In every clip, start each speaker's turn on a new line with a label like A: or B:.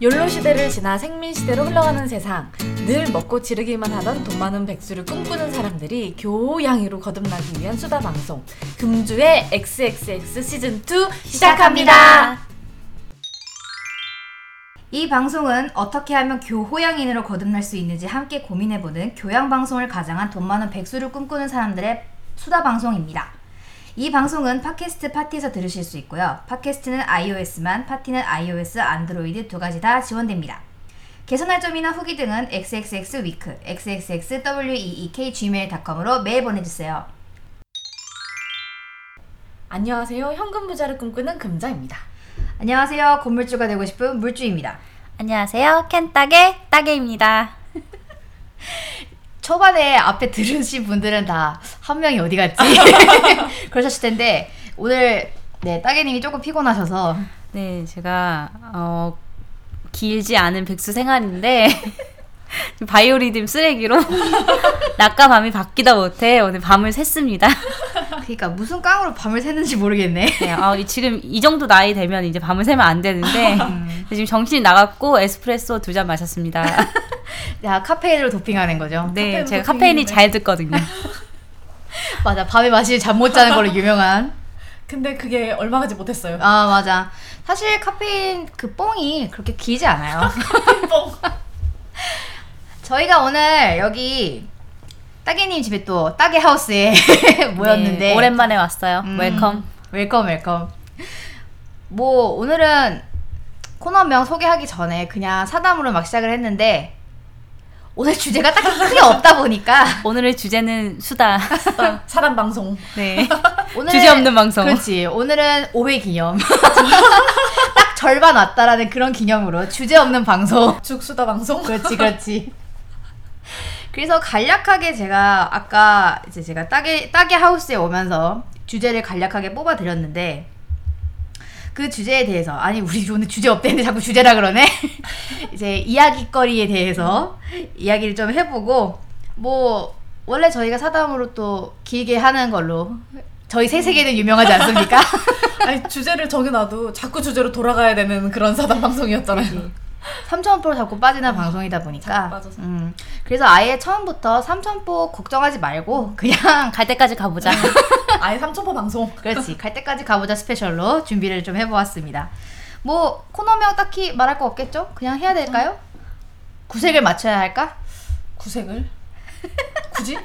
A: 욜로 시대를 지나 생민 시대로 흘러가는 세상 늘 먹고 지르기만 하던 돈 많은 백수를 꿈꾸는 사람들이 교양이로 거듭나기 위한 수다 방송 금주의 XXX 시즌 2 시작합니다.
B: 이 방송은 어떻게 하면 교호양인으로 거듭날 수 있는지 함께 고민해보는 교양 방송을 가장한 돈 많은 백수를 꿈꾸는 사람들의 수다 방송입니다. 이 방송은 팟캐스트 파티에서 들으실 수 있고요. 팟캐스트는 iOS만, 파티는 iOS, 안드로이드 두 가지 다 지원됩니다. 개선할 점이나 후기 등은 xxxweek, xxxweekgmail.com으로 메일 보내주세요.
A: 안녕하세요. 현금 부자를 꿈꾸는 금자입니다.
B: 안녕하세요. 건물주가 되고 싶은 물주입니다.
C: 안녕하세요. 켄따게 따게입니다.
B: 초반에 앞에 들으신 분들은 다 한 명이 어디 갔지? 그러셨을 텐데 오늘 네 따개님이 조금 피곤하셔서
C: 네, 제가 어, 길지 않은 백수 생활인데 바이오리듬 쓰레기로 낮과 밤이 바뀌다 못해 오늘 밤을 샜습니다.
B: 그러니까 무슨 깡으로 밤을 새는지 모르겠네.
C: 네, 어, 이- 지금 이 정도 나이 되면 이제 밤을 새면 안 되는데
B: 음.
C: 지금 정신이 나갔고 에스프레소 두 잔 마셨습니다.
B: 야 카페인으로 도핑하는 거죠.
C: 네,
A: 카페인
C: 제가
A: 도핑
C: 카페인이
A: 때문에.
C: 잘 듣거든요.
B: 맞아 밤에 마시면 잠 못 자는 걸로 유명한.
A: 근데 그게 얼마 가지 못했어요.
B: 아 맞아. 사실 카페인 그 뽕이 그렇게 길지 않아요. 저희가 오늘 여기 따개님 집에 또 따개 하우스에 모였는데
C: 네, 오랜만에 왔어요.
B: 음.
C: 웰컴.
B: 웰컴 웰컴. 뭐 오늘은 코너명 소개하기 전에 그냥 사담으로 막 시작을 했는데 오늘 주제가 딱히 크게 없다 보니까
C: 오늘의 주제는 수다.
A: 사람 방송.
C: 네.
B: 오늘
C: 주제 없는 방송.
B: 그렇지. 오늘은 5회 기념. 딱 절반 왔다라는 그런 기념으로 주제 없는 방송.
A: 죽수다 방송.
B: 그렇지, 그렇지. 그래서 간략하게 제가 아까 이제 제가 따개 따개 하우스에 오면서 주제를 간략하게 뽑아 드렸는데 그 주제에 대해서 아니 우리 오늘 주제 없대는데 자꾸 주제라 그러네. 이제 이야기거리에 대해서 이야기를 좀 해보고 뭐 원래 저희가 사담으로 또 길게 하는 걸로 저희 새 세계는 유명하지 않습니까?
A: 아니 주제를 정해놔도 자꾸 주제로 돌아가야 되는 그런 사람 방송이었잖아요.
B: 3천포로 자꾸 아, 빠지는 방송이다 보니까
A: 자꾸 빠져서.
B: 음, 그래서 아예 처음부터 3천포 걱정하지 말고 그냥
C: 갈 때까지 가보자.
A: 아예 삼천포 방송.
B: 그렇지 갈 때까지 가보자 스페셜로 준비를 좀 해보았습니다 뭐 코너명 딱히 말할 거 없겠죠? 그냥 해야 될까요? 구색을 맞춰야 할까?
A: 구색을 굳이?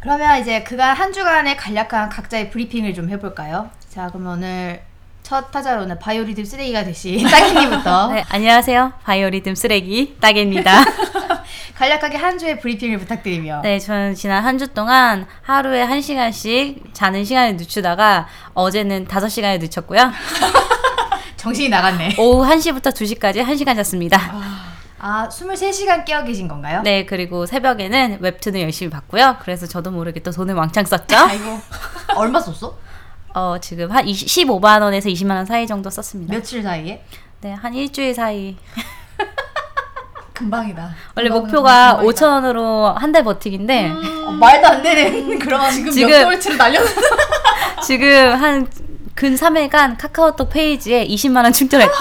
B: 그러면 이제 그간 한 주간의 간략한 각자의 브리핑을 좀 해볼까요? 자 그럼 오늘 첫 타자로는 바이오리듬 쓰레기가 되신 따기님부터
C: 네, 안녕하세요. 바이오리듬 쓰레기 따개입니다.
B: 간략하게 한 주의 브리핑을 부탁드리며
C: 네, 저는 지난 한 주 동안 하루에 한시간씩 자는 시간을 늦추다가 어제는 다섯 시간을 늦췄고요.
B: 정신이 나갔네
C: 오후 1시부터 2시까지 한시간 잤습니다.
B: 아 23시간 깨어 계신 건가요?
C: 네, 그리고 새벽에는 웹툰을 열심히 봤고요. 그래서 저도 모르게 또 돈을 왕창 썼죠.
B: 아이고 얼마 썼어?
C: 어, 지금 한 20, 15만 원에서 20만 원 사이 정도 썼습니다.
B: 며칠 사이에?
C: 네, 한 일주일 사이.
A: 금방이다.
C: 원래
A: 금방,
C: 목표가
A: 금방이다.
C: 5천 원으로 한 달 버티기인데
B: 어, 말도 안 되는 그런
A: 지금,
C: 지금-
A: 몇 개월치를 날렸는데
C: 지금 한 근 3일간 카카오톡 페이지에 20만 원 충전했다.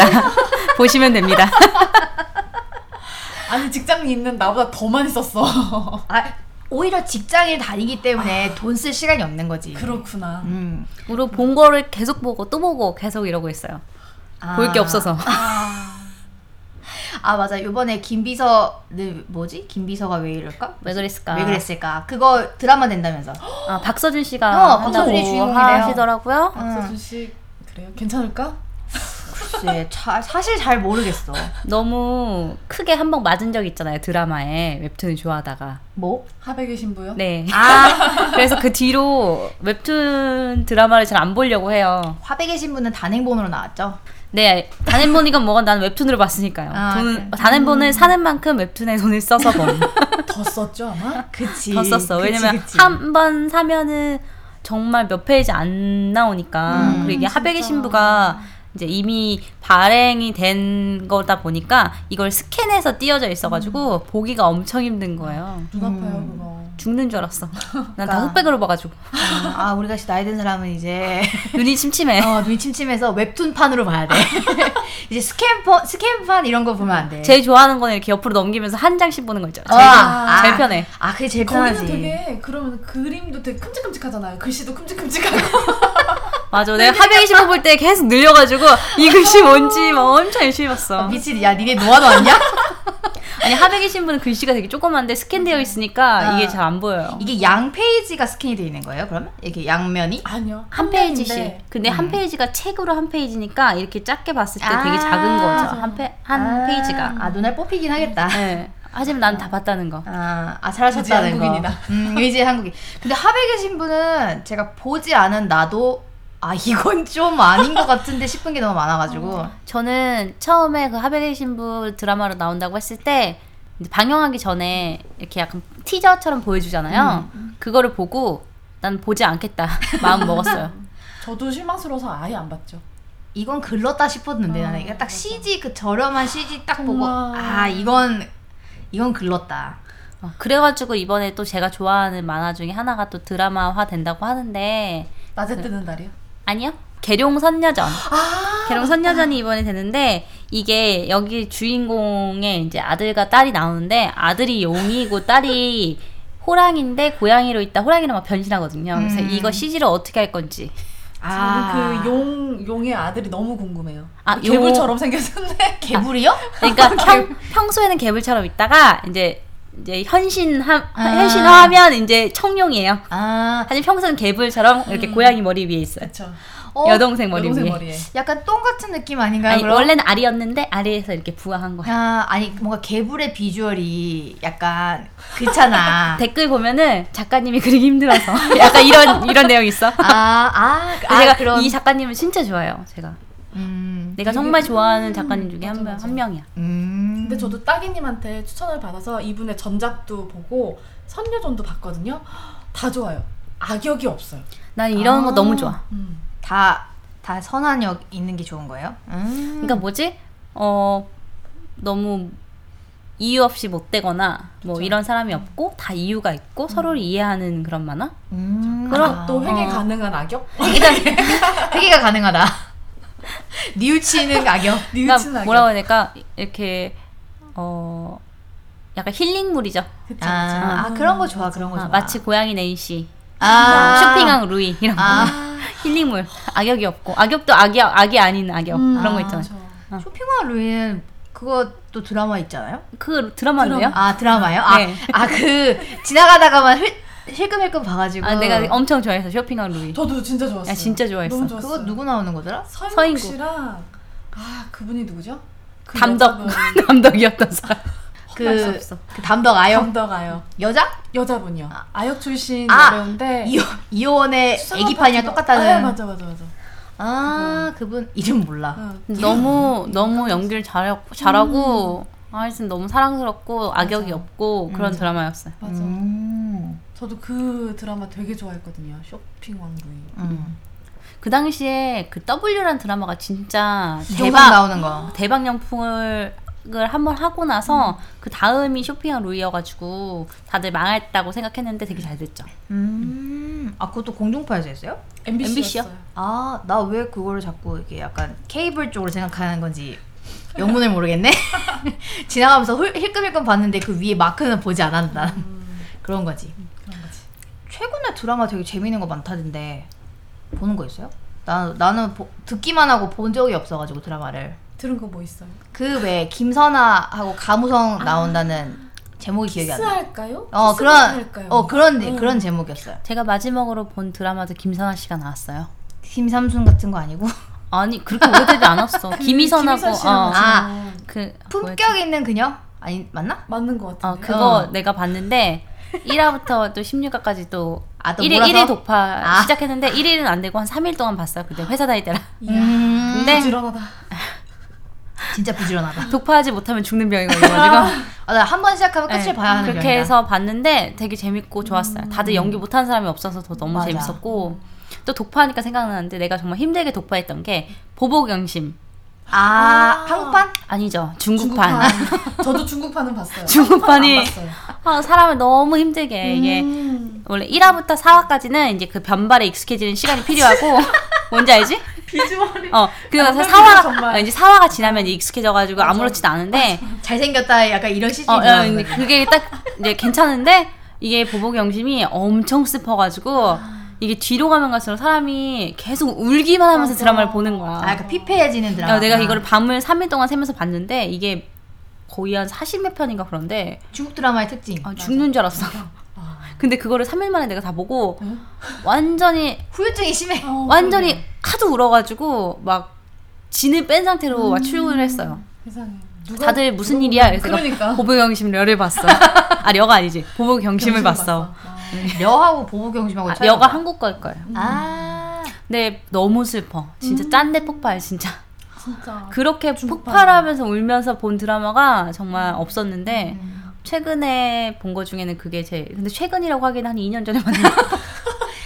C: 보시면 됩니다.
A: 아니 직장 있는 나보다 더 많이 썼어.
B: 아 오히려 직장을 다니기 때문에 돈 쓸 시간이 없는 거지
A: 그렇구나.
B: 음.
C: 우리 본 거를 계속 보고 또 보고 계속 이러고 있어요. 볼 게
B: 아.
C: 없어서.
B: 아 맞아 요번에 김비서는 네, 뭐지? 김비서가 왜 이럴까?
C: 왜 그랬을까?
B: 왜 그랬을까? 그거 드라마 된다면서
C: 아, 박서준 씨가
B: 어,
C: 한다고
B: 박서준이 주인공이래요.
C: 하시더라고요.
A: 박서준 씨 그래요? 괜찮을까?
B: 글쎄 자, 사실 잘 모르겠어
C: 너무 크게 한 번 맞은 적 있잖아요. 드라마에 웹툰을 좋아하다가.
B: 뭐?
A: 하백의 신부요?
C: 네.
B: 아
C: 그래서 그 뒤로 웹툰 드라마를 잘 안 보려고 해요.
B: 화백의 신부는 단행본으로 나왔죠
C: 네, 단행본이건 뭐건 난 웹툰으로 봤으니까요.
B: 아,
C: 돈은-
B: 그래.
C: 단행본을 사는 만큼 웹툰에 돈을 써서 번.
A: 더 썼죠 아마?
B: 그치
C: 더 썼어. 왜냐면 한 번 사면은 정말 몇 페이지 안 나오니까.
B: 음,
C: 그리고 이게
A: 진짜.
C: 하백의 신부가 이제 이미 발행이 된 거다 보니까 이걸 스캔해서 띄어져 있어가지고 보기가 엄청 힘든 거예요.
A: 눈 아파요
B: 음.
A: 그거.
C: 죽는 줄 알았어. 난 다
B: 그러니까.
C: 흑백으로 봐가지고
B: 아, 아, 우리가 나이 든 사람은 이제
C: 눈이 침침해.
B: 어, 눈이 침침해서 웹툰판으로 봐야 돼. 이제 스캔폰, 스캔판 이런 거 보면 안 돼.
C: 제일 좋아하는 거는 이렇게 옆으로 넘기면서 한 장씩 보는 거 있잖아.
B: 어,
C: 제일,
B: 아.
C: 제일 편해.
B: 아, 그게 제일
A: 거기는
B: 편하지.
A: 되게 그러면 그림도 되게 큼직큼직하잖아요. 글씨도 큼직큼직하고.
C: 맞아. 내가 하백이 신고 볼때 계속 늘려가지고 이 글씨 뭔지 막 엄청 열심히
B: 아,
C: 봤어.
B: 미친, 야, 니네 노아도 왔냐?
C: 아니 하백이 신부는 글씨가 되게 조그만데 스캔되어 있으니까
B: 아.
C: 이게 잘 안 보여요.
B: 이게 양 페이지가 스캔이 돼 있는 거예요, 그러면? 이렇게 양면이?
A: 아니요.
C: 한 페이지씩. 근데 네. 한 페이지가 책으로 한 페이지니까 이렇게 작게 봤을 때 되게
B: 아,
C: 작은 거죠.
B: 맞아.
C: 한, 페, 한
B: 아,
C: 페이지가.
B: 아, 눈알 뽑히긴 하겠다.
C: 네. 하지만 난 다 봤다는 거.
B: 아, 아 잘하셨다는
A: 의지 한국인이다.
B: 거. 음, 의지 한국인. 근데 하백의 계신 분은 제가 보지 않은 나도 아 이건 좀 아닌 것 같은데 싶은 게 너무
A: 어.
B: 많아가지고.
C: 저는 처음에 그 하백의 신부 드라마로 나온다고 했을 때 이제 방영하기 전에 이렇게 약간 티저처럼 보여주잖아요. 그거를 보고 난 보지 않겠다 마음 먹었어요.
A: 저도 실망스러워서 아예 안 봤죠.
B: 이건 글렀다 싶었는데
A: 아,
B: 나는 이게 딱
A: 맞아.
B: CG 그 저렴한 CG 딱 보고
A: 정말.
B: 아 이건 이건 글렀다.
C: 어, 그래가지고 이번에 또 제가 좋아하는 만화 중에 하나가 또 드라마화 된다고 하는데
A: 낮에 뜨는 달이요.
C: 아니요. 계룡 선녀전.
A: 아.
C: 계룡 선녀전이 이번에 되는데 이게 여기 주인공의 이제 아들과 딸이 나오는데 아들이 용이고 딸이 호랑인데 고양이로 있다 호랑이로 막 변신하거든요. 그래서
B: 음.
C: 이거 CG로 어떻게 할 건지.
B: 아.
A: 저는 그용 용의 아들이 너무 궁금해요. 그
C: 아, 용-
A: 개불처럼 생겼는데.
B: 개불이요?
C: 그러니까 평, 평소에는 개불처럼 있다가 이제 이제 현신하
B: 아.
C: 현신하면 이제 청룡이에요.
B: 아,
C: 하지만 평소는 개불처럼 이렇게 고양이 머리 위에 있어요.
A: 그렇죠.
B: 음. 어,
C: 여동생 머리
A: 여동생
C: 위에.
A: 머리에.
B: 약간 똥 같은 느낌 아닌가요?
C: 아니
B: 그럼?
C: 원래는 알이었는데 알이에서 이렇게 부화한 거야.
B: 아, 아니 뭔가 개불의 비주얼이 약간 그렇잖아.
C: 댓글 보면은 작가님이 그리기 힘들어서 약간 이런 이런 내용 이 있어.
B: 아, 아,
C: 근데
B: 아
C: 제가
B: 그런
C: 이 작가님을 진짜 좋아해요. 제가
B: 음,
C: 내가 정말 좋아하는 작가님 중에
A: 맞아,
C: 한, 명,
A: 맞아.
C: 한 명이야.
B: 음.
A: 근데 저도 따기님한테 추천을 받아서 이분의 전작도 보고 선녀전도 봤거든요. 다 좋아요. 악역이 없어요.
C: 난 이런 거
B: 아.
C: 너무 좋아.
A: 음.
B: 다, 다 선한역 있는 게 좋은 거예요? 음.
C: 그러니까 뭐지? 어 너무 이유 없이 못되거나 뭐
A: 그쵸. 음.
C: 이런 사람이 없고 다 이유가 있고 서로를 이해하는 그런 만화?
B: 음.
C: 그럼
B: 아,
A: 또 회개
C: 어.
A: 가능한 악역?
B: 회개가 가능하다. 뉘우치는 악역.
A: 니우친
C: 그러니까
A: 악역.
C: 뭐라고 해야 될까? 이렇게 어 약간 힐링물이죠.
A: 그쵸,
B: 아, 아,
A: 그쵸.
B: 그런 거 좋아, 그런 거
C: 아,
B: 좋아.
C: 마치 고양이 네이시,
B: 아.
C: 쇼핑왕 루이 이런 거.
B: 아.
C: 힐링물. 악역이 없고 악역도 악이 악이 아닌 악역
A: 음,
C: 그런 거
B: 아,
C: 있잖아요.
A: 그쵸.
B: 쇼핑왕 루이는 그거 또 드라마 있잖아요?
C: 그 드라마인데요? 아,
B: 아, 드라마요? 아,
C: 네.
B: 아, 그, 지나가다가만 힐, 힐끔힐끔 봐가지고.
C: 아, 내가 엄청 좋아해서 쇼핑왕 루이.
A: 저도 진짜 좋았어요.
C: 야, 진짜 좋아했어.
A: 너무 좋았어요.
B: 그거 누구 나오는 거더라?
A: 서인국
C: 서인국.
A: 씨랑 아 그분이 누구죠? 그
C: 담덕
A: 여자분.
C: 담덕이었던 사람.
A: 할 수
B: 그,
A: 없어.
B: 그 담덕 아역
A: 담덕 아역
B: 여자?
A: 여자분이요. 아역 출신
B: 아,
A: 배우인데
B: 이호, 이호원의
A: 네. 수상한
B: 애기판이랑
A: 분이요.
B: 똑같다는.
A: 아, 맞아 맞아 맞아.
B: 아, 그분 이름 몰라.
A: 어,
C: 너무 너무 연기를 잘하고 잘하고 아, 하여튼 너무 사랑스럽고 악역이
A: 맞아.
C: 없고 그런 드라마였어요.
A: 맞아.
B: 음.
A: 저도 그 드라마 되게 좋아했거든요. 쇼핑 왕국이.
B: 음.
C: 그 당시에 그 W란 드라마가 진짜
B: 대박
C: 대박
B: 나오는 거.
C: 대박 영풍을 한번 하고 나서 그 다음이 쇼핑왕 루이여가지고 다들 망했다고 생각했는데 되게 잘 됐죠.
B: 음. 아, 그것도 공중파에서 했어요?
A: MBC였어요.
B: 아, 나 왜 그거를 자꾸 이렇게 약간 케이블 쪽으로 생각하는 건지 영문을 모르겠네. 지나가면서 훌, 힐끔힐끔 봤는데 그 위에 마크는 보지 않았다. 그런 거지.
A: 그런 거지.
B: 최근에 드라마 되게 재밌는 거 많다던데 보는 거 있어요? 나, 나는 보- 듣기만 하고 본 적이 없어가지고 드라마를
A: 들은 거 뭐 있어요?
B: 그 왜 김선아하고 가무성 나온다는 제목이 기억이 안 나.
A: 키스할까요?
B: 어
A: 키스부터
B: 그런
A: 할까요?
B: 어 그런
A: 음.
B: 그런 제목이었어요.
C: 제가 마지막으로 본 드라마도 김선아 씨가 나왔어요.
B: 김삼순 같은 거 아니고
C: 아니 그렇게 오래되지 않았어. 김희선하고
A: 김희선 씨랑
C: 어,
A: 같이
B: 아.
A: 나온
C: 그 뭐였지?
B: 품격 있는 그녀 아니 맞나?
A: 맞는 것
C: 어,
A: 같은데.
C: 그거
B: 어.
C: 내가 봤는데 1화부터 또 16화까지 또
B: 아, 또
C: 1일,
B: 몰아서?
C: 1일 독파
B: 아.
C: 시작했는데 1일은 안 되고 한 3일 동안 봤어요. 그때 회사 다닐 때라.
A: 이야.
B: 음,
C: 근데
A: 부지런하다.
B: 진짜 부지런하다.
C: 독파하지 못하면 죽는 병이 걸려가지고.
B: 아, 나 한 번 시작하면 끝을
C: 네,
B: 봐야 하는
C: 그렇게
B: 병이다. 음.
C: 해서 봤는데 되게 재밌고 좋았어요. 다들 연기 못하는 사람이 없어서 더 너무
B: 맞아.
C: 재밌었고. 또 독파하니까 생각나는데 내가 정말 힘들게 독파했던 게 보복영심.
B: 아,
A: 아.
B: 한국판?
C: 아니죠. 중국판.
A: 저도 중국판은 봤어요.
C: 중국판이- 예.
A: 한국판 안
C: 아, 사람을 너무 힘들게
A: 봤어요.
C: 이게
A: 음.
C: 원래 1화부터 4화까지는 이제 그 변발에 익숙해지는 시간이 필요하고 뭔지 알지?
A: 비주얼이
C: 어, 그래서
A: 남편이랑
C: 4화가
A: 정말.
C: 어, 이제 4화가 지나면 이제 익숙해져가지고 아무렇지도 않은데
B: 잘생겼다. 약간 이런 시즌이
C: 어, 어,
B: 나오는 거지.
C: 그게 딱 이제 괜찮은데 이게 보복 영심이 엄청 슬퍼가지고
A: 아.
C: 이게 뒤로 가면 갈수록 사람이 계속 울기만 하면서
A: 맞아.
C: 드라마를 보는 거야.
B: 아, 약간 피폐해지는 드라마.
C: 어, 내가 이거를 밤을 3일 동안 새면서 봤는데 이게 거의 한 40몇 편인가 그런데
B: 중국 드라마의 특징.
C: 아, 어? 죽는 줄 알았어.
A: 아.
C: 근데 그거를 3일 만에 내가 다 보고
A: 응?
C: 완전히
B: 후유증이 심해.
A: 어,
C: 완전히 하도 울어가지고 막 진을 뺀 상태로 막 출근을 했어요.
A: 세상에. 누가-
C: 다들 무슨
A: 누가-
C: 일이야? 그래서
A: 그러니까.
C: 보복 영심 려를 봤어. 아 려가 아니지. 보복
A: 경심을
C: 경심을 봤어.
A: 봤어. 아.
B: 음, 려하고 보호경심하고
C: 아,
B: 차이가
C: 려가
B: 뭐야?
C: 한국 걸 걸.
B: 아.
C: 근데 너무 슬퍼. 진짜 짠데 폭발 진짜.
A: 진짜.
C: 그렇게
A: 중독받아.
C: 폭발하면서 울면서 본 드라마가 정말 없었는데
B: 음.
C: 최근에 본 거 중에는 그게 제일 근데 최근이라고 하긴 한 2년 전에 봤는데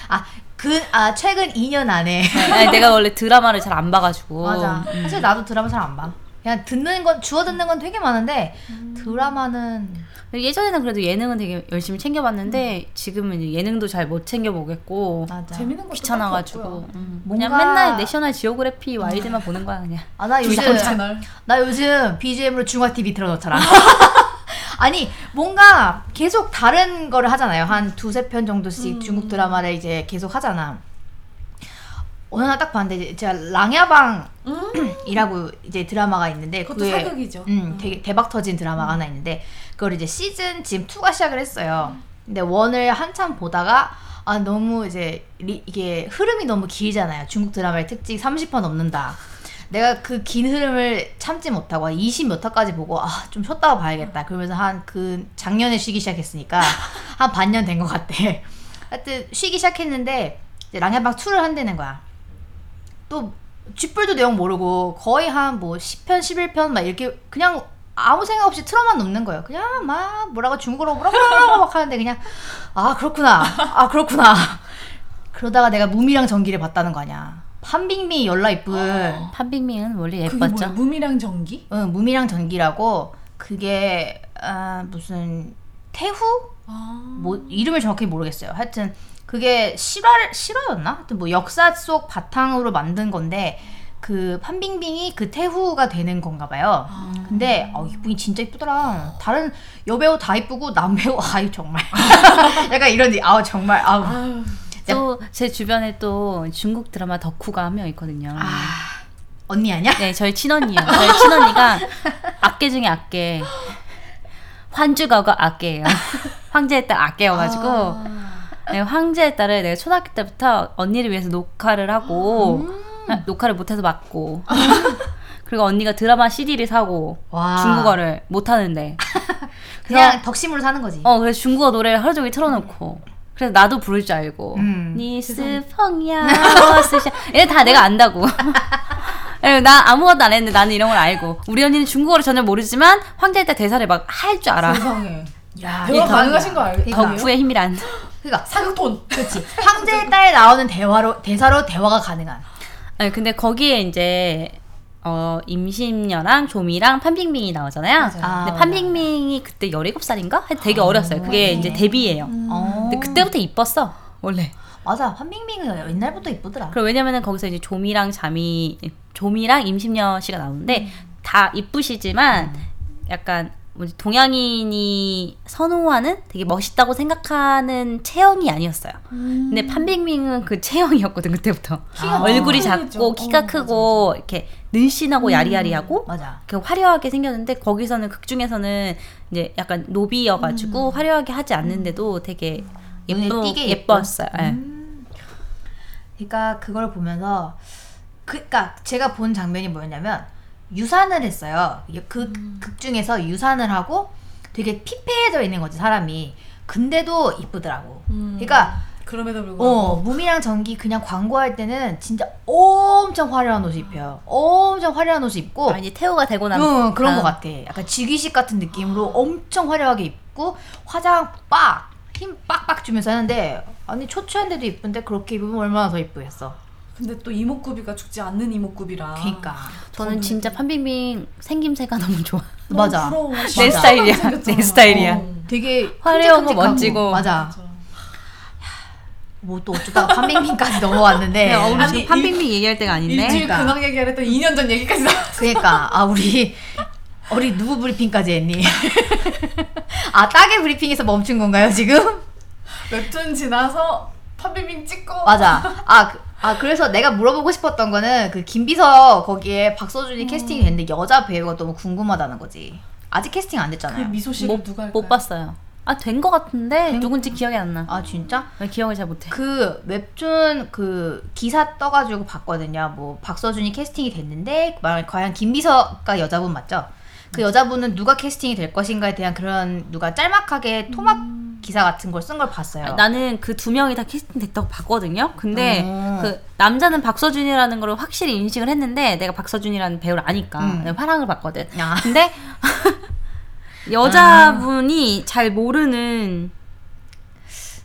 B: 아, 그, 아, 최근 2년 안에.
C: 아니, 내가 원래 드라마를 잘 안 봐가지고
B: 맞아.
C: 음.
B: 사실 나도 드라마 잘 안 봐. 그냥 듣는 건, 주워 듣는 건 되게 많은데,
C: 음.
B: 드라마는.
C: 예전에는 그래도 예능은 되게 열심히 챙겨봤는데 지금은 이제 예능도 잘 못 챙겨보겠고
B: 음. 맞아. 어,
A: 재밌는 것도 딱히
C: 귀찮아가지고
A: 없고요.
C: 음.
B: 뭔가-
C: 그냥 맨날 내셔널 지오그래피 와일드만 보는 거야 그냥
B: 아, 나 요즘.
A: 이상 채널.
B: 나 요즘 BGM으로 중화TV 틀어놓잖아. 아니, 뭔가 계속 다른 거를 하잖아요. 한 두세 편 정도씩
A: 음.
B: 중국 드라마를 이제 계속 하잖아. 어느 날 딱 봤는데, 이제 제가 랑야방이라고
A: 음.
B: 이제 드라마가 있는데,
A: 그것도
B: 그게
A: 사극이죠.
B: 음, 되게 대박 터진 드라마가 하나 있는데 그걸 이제 시즌 지금 2가 시작을 했어요. 근데 원을 한참 보다가 아 너무 이제 리- 이게 흐름이 너무 길잖아요. 중국 드라마의 특징 30화 넘는다. 내가 그 긴 흐름을 참지 못하고 20몇 화까지 보고 아 좀 쉬었다가 봐야겠다. 그러면서 한 그 작년에 쉬기 시작했으니까 한 반년 된 것 같대. 하여튼 쉬기 시작했는데 이제 랑야방 2를 한다는 거야. 또 쥐뿔도 내용 모르고 거의 한 뭐 10편, 11편 막 이렇게 그냥 아무 생각 없이 틀어만 놓는 거예요. 그냥 막 뭐라고 중국어로 뭐라고 뭐라고 막 하는데 그냥 아 그렇구나, 아 그렇구나. 그러다가 내가 무미랑 전기를 봤다는 거 아니야. 판빙미 열라
C: 어.
B: 이쁜
C: 판빙밍은 원래
A: 그게 뭐야?
C: 예뻤죠
A: 무미랑 전기?
B: 응, 무미랑 전기라고 그게 아, 무슨 태후
A: 아.
B: 뭐 이름을 정확히 모르겠어요. 하여튼 그게 실화 실화였나? 하여튼 뭐 역사 속 바탕으로 만든 건데 그 판빙빙이 그 태후가 되는 건가 봐요.
A: 아.
B: 근데 어 이분이 진짜 이쁘더라. 다른 여배우 다 이쁘고 남배우 아유 정말. 약간 이런 아우 정말 아우.
A: 아유.
C: 또 제 주변에 또 중국 드라마 덕후가 한 명 있거든요
B: 아, 언니 아니야?
C: 네, 저희 친언니요. 저희 친언니가 악계 중에 악계. 환주가가 악계예요. 황제의 딸 악계여가지고
A: 아.
C: 네, 황제의 딸을 내가 초등학교 때부터 언니를 위해서 녹화를 하고 아, 녹화를 못해서 맞고 그리고 언니가 드라마 CD를 사고
B: 와.
C: 중국어를 못하는데
B: 그냥 덕심으로 사는 거지.
C: 어 그래서 중국어 노래를 하루 종일 틀어놓고 그래서 나도 부를 줄 알고
B: 음.
C: 니스펑야 버스샤 얘 다 내가 안다고 예, 나 아무것도 안 했는데 나는 이런 걸 알고 우리 언니는 중국어를 전혀 모르지만 황제 때 대사를 막 할 줄 알아
A: 세상에.
B: 야,
A: 대화
B: 이
A: 가능하신 거 알-
B: 아, 그러니까.
C: 덕후의 힘이란
B: 그러니까
A: 사극돈.
B: 그렇지. 황제의 딸 나오는 대화로 대사로 대화가 가능한.
C: 아니 예, 근데 거기에 이제 어 임신녀랑 조미랑 판빙빙이 나오잖아요
A: 맞아요.
B: 아,
C: 근데
B: 맞아.
C: 판빙빙이 그때 17살인가? 되게 어렸어요
B: 어머네.
C: 그게 이제 데뷔예요
A: 음.
B: 어.
C: 근데 그때부터 이뻤어 원래
B: 맞아. 환빙빙은 옛날부터 이쁘더라.
C: 그럼 왜냐면은 거기서 이제 조미랑 자미 조미랑 임심녀 씨가 나오는데
B: 음.
C: 다 이쁘시지만 약간 뭐지, 동양인이 선호하는 되게 멋있다고 생각하는 체형이 아니었어요.
A: 음.
C: 근데
B: 음.
C: 판빙밍은 그 체형이었거든 그때부터
B: 키가
C: 네. 아, 얼굴이
A: 크죠.
C: 작고
A: 어,
C: 키가
A: 맞아,
C: 크고 이렇게
B: 음.
C: 늘씬하고 야리야리하고
B: 맞아.
C: 이렇게 화려하게 생겼는데 거기서는 극 중에서는 이제 약간 노비여가지고 화려하게 하지 않는데도 되게
B: 음. 눈에
C: 예쁘,
B: 띄게 예뻐. 음.
C: 예뻤어요. 예.
B: 그러니까 그걸 보면서 그니까 그러니까 제가 본 장면이 뭐였냐면 유산을 했어요. 그 극 중에서 유산을 하고 되게 피폐해져 있는 거지 사람이. 근데도 이쁘더라고.
A: 음.
B: 그러니까
A: 그럼에도 불구하고.
B: 어 무미랑 전기 그냥 광고할 때는 진짜 엄청 화려한 옷 입혀요. 엄청 화려한 옷 입고
C: 아, 이제 태호가 되고 나면
B: 응, 어, 그런
C: 다음.
B: 것 같아. 약간 지귀식 같은 느낌으로 엄청 화려하게 입고 화장 빡! 힘 빡빡 주면서 하는데 아니 초췌한데도 이쁜데 그렇게 입으면 얼마나 더 이쁘겠어.
A: 근데 또 이목구비가 죽지 않는 이목구비라.
C: 그러니까.
B: 그니까.
C: 저는 진짜 판빙빙 생김새가 너무 좋아.
A: 너무
B: 맞아.
A: 부러워.
C: 내 스타일이야. 내 스타일이야.
A: 어.
B: 되게
C: 화려하고
B: 큼직큼직하고.
C: 멋지고.
B: 맞아. 뭐 또 어쩌다가 판빙빙까지 넘어왔는데.
C: 그냥 네, 우리 지금
A: 네, 아니,
C: 판빙빙 얘기할 때가 아닌데.
A: 일주일
B: 그러니까.
A: 근황 얘기를 했더니 2년 전 얘기까지 나.
B: 그러니까 아 우리 우리 누구 브리핑까지 했니? 아 따개 브리핑에서 멈춘 건가요 지금?
A: 몇분 지나서 팥빙빙 찍고.
B: 맞아. 아, 그- 아 그래서 내가 물어보고 싶었던 거는 그 김비서 거기에 박서준이 캐스팅이 됐는데 여자 배우가 너무 궁금하다는 거지. 아직 캐스팅
A: 그
B: 안 됐잖아요.
A: 미소 씨를
C: 못,
A: 누가 할까요?
C: 못 봤어요. 아, 된 거 같은데
B: 된-
C: 누군지 기억이 안 나.
B: 아 진짜?
C: 나 기억을 잘 못해.
B: 그 웹툰 그 기사 떠가지고 봤거든요. 뭐 박서준이 캐스팅이 됐는데 마- 과연 김비서가 여자분 맞죠? 그 여자분은 누가 캐스팅이 될 것인가에 대한 그런 누가 짤막하게 토막 기사 같은 걸 쓴 걸 봤어요.
C: 아, 나는 그 두 명이 다 캐스팅 됐다고 봤거든요. 근데
B: 어.
C: 그 남자는 박서준이라는 걸 확실히 인식을 했는데 내가 박서준이라는 배우를 아니까
B: 음.
C: 내가 화랑을 봤거든.
B: 아,
C: 근데 여자분이 잘 모르는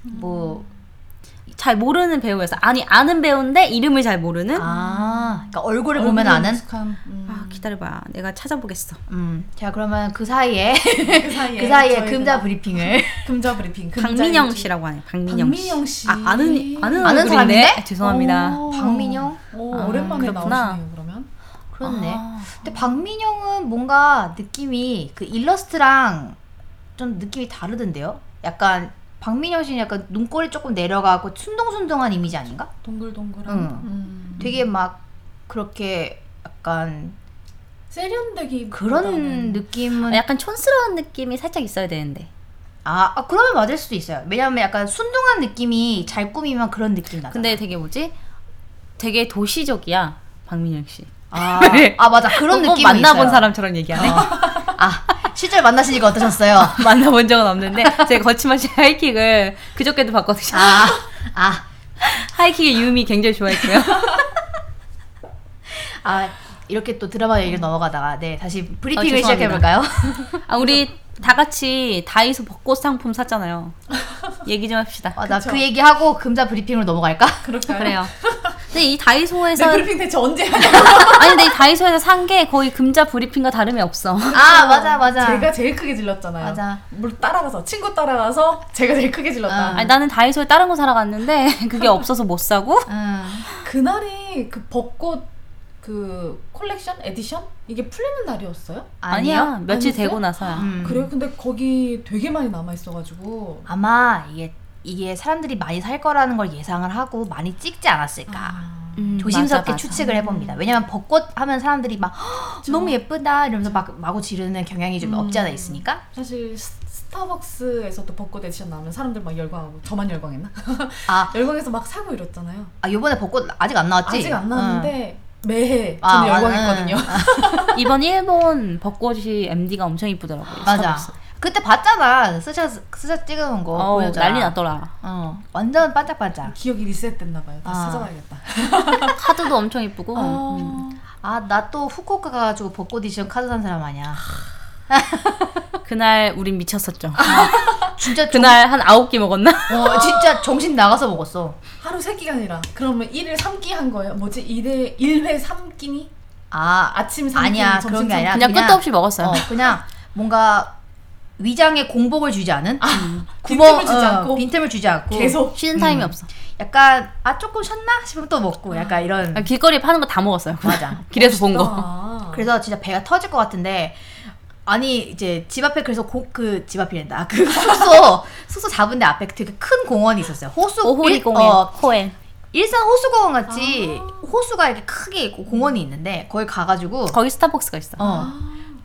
B: 뭐
C: 잘 모르는 배우였어. 아니 아는 배우인데 이름을 잘 모르는. 아,
B: 아, 그러니까 얼굴을 보면 아는.
A: 익숙한, 음.
C: 기다려봐. 내가 찾아보겠어.
B: 음, 자 그러면 그 사이에
A: 그 사이에
C: 예,
B: 그 사이에
A: 저희가
B: 금자 브리핑을
A: 금자 브리핑. 금자
C: 박민영
A: 일주-
C: 씨라고 하네. 박민영,
A: 박민영 씨.
C: 아 아는
B: 아는
C: 아는 얼굴인데? 어,
B: 사람인데?
C: 죄송합니다. 음.
A: 오.
B: 박민영?
A: 어. 오,
C: 아,
A: 오랜만에
C: 그렇구나.
A: 나오시네요 그러면.
B: 그렇네.
C: 아.
B: 근데 박민영은 뭔가 느낌이 그 일러스트랑 좀 느낌이 다르던데요? 약간 박민영 씨는 약간 눈꼬리 조금 내려가고 순둥순둥한 이미지 아닌가?
A: 동글동글한.
B: 응.
A: 음.
B: 되게 막 그렇게 약간
A: 세련되기
B: 그런 느낌은
C: 약간 촌스러운 느낌이 살짝 있어야 되는데.
B: 아, 아, 그러면 맞을 수도 있어요. 왜냐면 약간 순둥한 느낌이 잘 꾸미면 그런 느낌 나잖아.
C: 근데 되게 뭐지? 되게 도시적이야 박민영 씨.
B: 아, 아 맞아 그런
C: 꼭
B: 느낌이
C: 만나본
B: 있어요.
C: 사람처럼 얘기하네.
B: 아 실제 로 만나시니까 어떠셨어요?
C: 만나본 적은 없는데 제가 거침없이 하이킥을 그저께도 봤거든요.
B: 아, 아,
C: 하이킥의 유미 굉장히 좋아했고요.
B: 아 이렇게 또 드라마 얘기를 넘어가다가 네 다시 브리핑을
C: 죄송합니다.
B: 시작해 볼까요?
C: 아 우리 다 같이 다이소 벚꽃 상품 샀잖아요. 얘기 좀 합시다.
B: 아, 나
A: 그쵸.
B: 그 얘기하고 금자 브리핑으로 넘어갈까?
A: 그럴까요?
C: 그래요. 네, 근데 이
A: 내
C: 다이소에서
A: 브리핑 대체 언제 하냐?
C: 아니 근데 이 다이소에서 산 게 거의 금자 브리핑과 다름이 없어.
B: 아, 맞아, 맞아.
A: 제가 제일 크게 질렀잖아요.
B: 맞아.
A: 물 따라가서 친구 따라가서 제가 제일 크게 질렀다.
C: 아니 나는 다이소에 다른 거 사러 갔는데 그게 없어서 못 사고
B: 응.
A: 그날이 그 벚꽃 그 컬렉션 에디션 이게 풀리는 날이었어요?
C: 아니야
B: 아니요.
C: 며칠
A: 아니었어요?
C: 되고 나서야.
B: 음.
A: 그래요? 근데 거기 되게 많이 남아 있어가지고
B: 아마 이게 이게 사람들이 많이 살 거라는 걸 예상을 하고 많이 찍지 않았을까.
A: 아,
C: 음,
B: 조심스럽게
C: 맞아, 맞아.
B: 추측을 해봅니다. 왜냐면 벚꽃 하면 사람들이 막 "허, 너무 예쁘다 이러면서 막 마구 지르는 경향이 좀
A: 음.
B: 없지 않아 있으니까.
A: 사실 스- 스타벅스에서도 벚꽃 에디션 나오면 사람들 막 열광하고 저만 열광했나?
B: 아,
A: 열광해서 막 사고 이랬잖아요.
B: 아 요번에 벚꽃 아직 안 나왔지?
A: 아직 안
B: 응.
A: 나왔는데 매해
B: 아,
A: 저는 열광했거든요.
B: 아,
C: 이번 일본 벚꽃이 MD가 엄청 이쁘더라고요.
B: 맞아.
C: 스타벅스.
B: 그때 봤잖아. 스샷 스샷 찍어놓은 거
C: 어우,
B: 보여줘.
C: 난리 났더라.
B: 어, 완전 반짝반짝.
A: 기억이 리셋됐나 봐요. 다시
B: 아.
A: 찾아봐야겠다.
C: 카드도 엄청 이쁘고. 음.
B: 아 나 또 후쿠오카 가가지고 벚꽃 이션 카드 산 사람 아니야.
C: 그날 우린 미쳤었죠.
B: 진짜 정-
C: 그날 한 아홉 개 먹었나?
B: 어, 진짜 정신 나가서 먹었어.
A: 하루 세끼가 아니라 그러면 일일 3끼 한 거예요? 뭐지? 일일일회삼끼니
B: 아,
A: 아침 3끼
B: 아니야
A: 점심
B: 그런 게
A: 3끼니?
B: 아니라
C: 그냥, 끝도 없이 먹었어요.
A: 아.
B: 어, 그냥 뭔가 위장에 공복을 주지 않은
A: 아,
B: 음, 어,
A: 빈틈을 주지 않고?
B: 빈틈을 주지 않고
A: 계속
C: 쉬는
B: 음.
C: 타임이 없어.
B: 약간 아 조금 쉬었나 싶으면 또 먹고 약간 이런
C: 아, 길거리에 파는 거 다 먹었어요.
B: 맞아.
C: 길에서 본 거.
A: 아.
B: 그래서 진짜 배가 터질 것 같은데 아니 이제 집 앞에 그래서 그집 앞이란다 그 숙소 숙소 잡은 데 앞에 되게 큰 공원이 있었어요 호수
C: 오호리
B: 일-
C: 공원,
B: 어,
C: 코엔.
B: 일산 호수공원 같이
C: 아.
B: 호수가 이렇게 크게 있고 공원이 있는데 거기 가가지고
C: 거기 아. 스타벅스가 있어.
B: 어.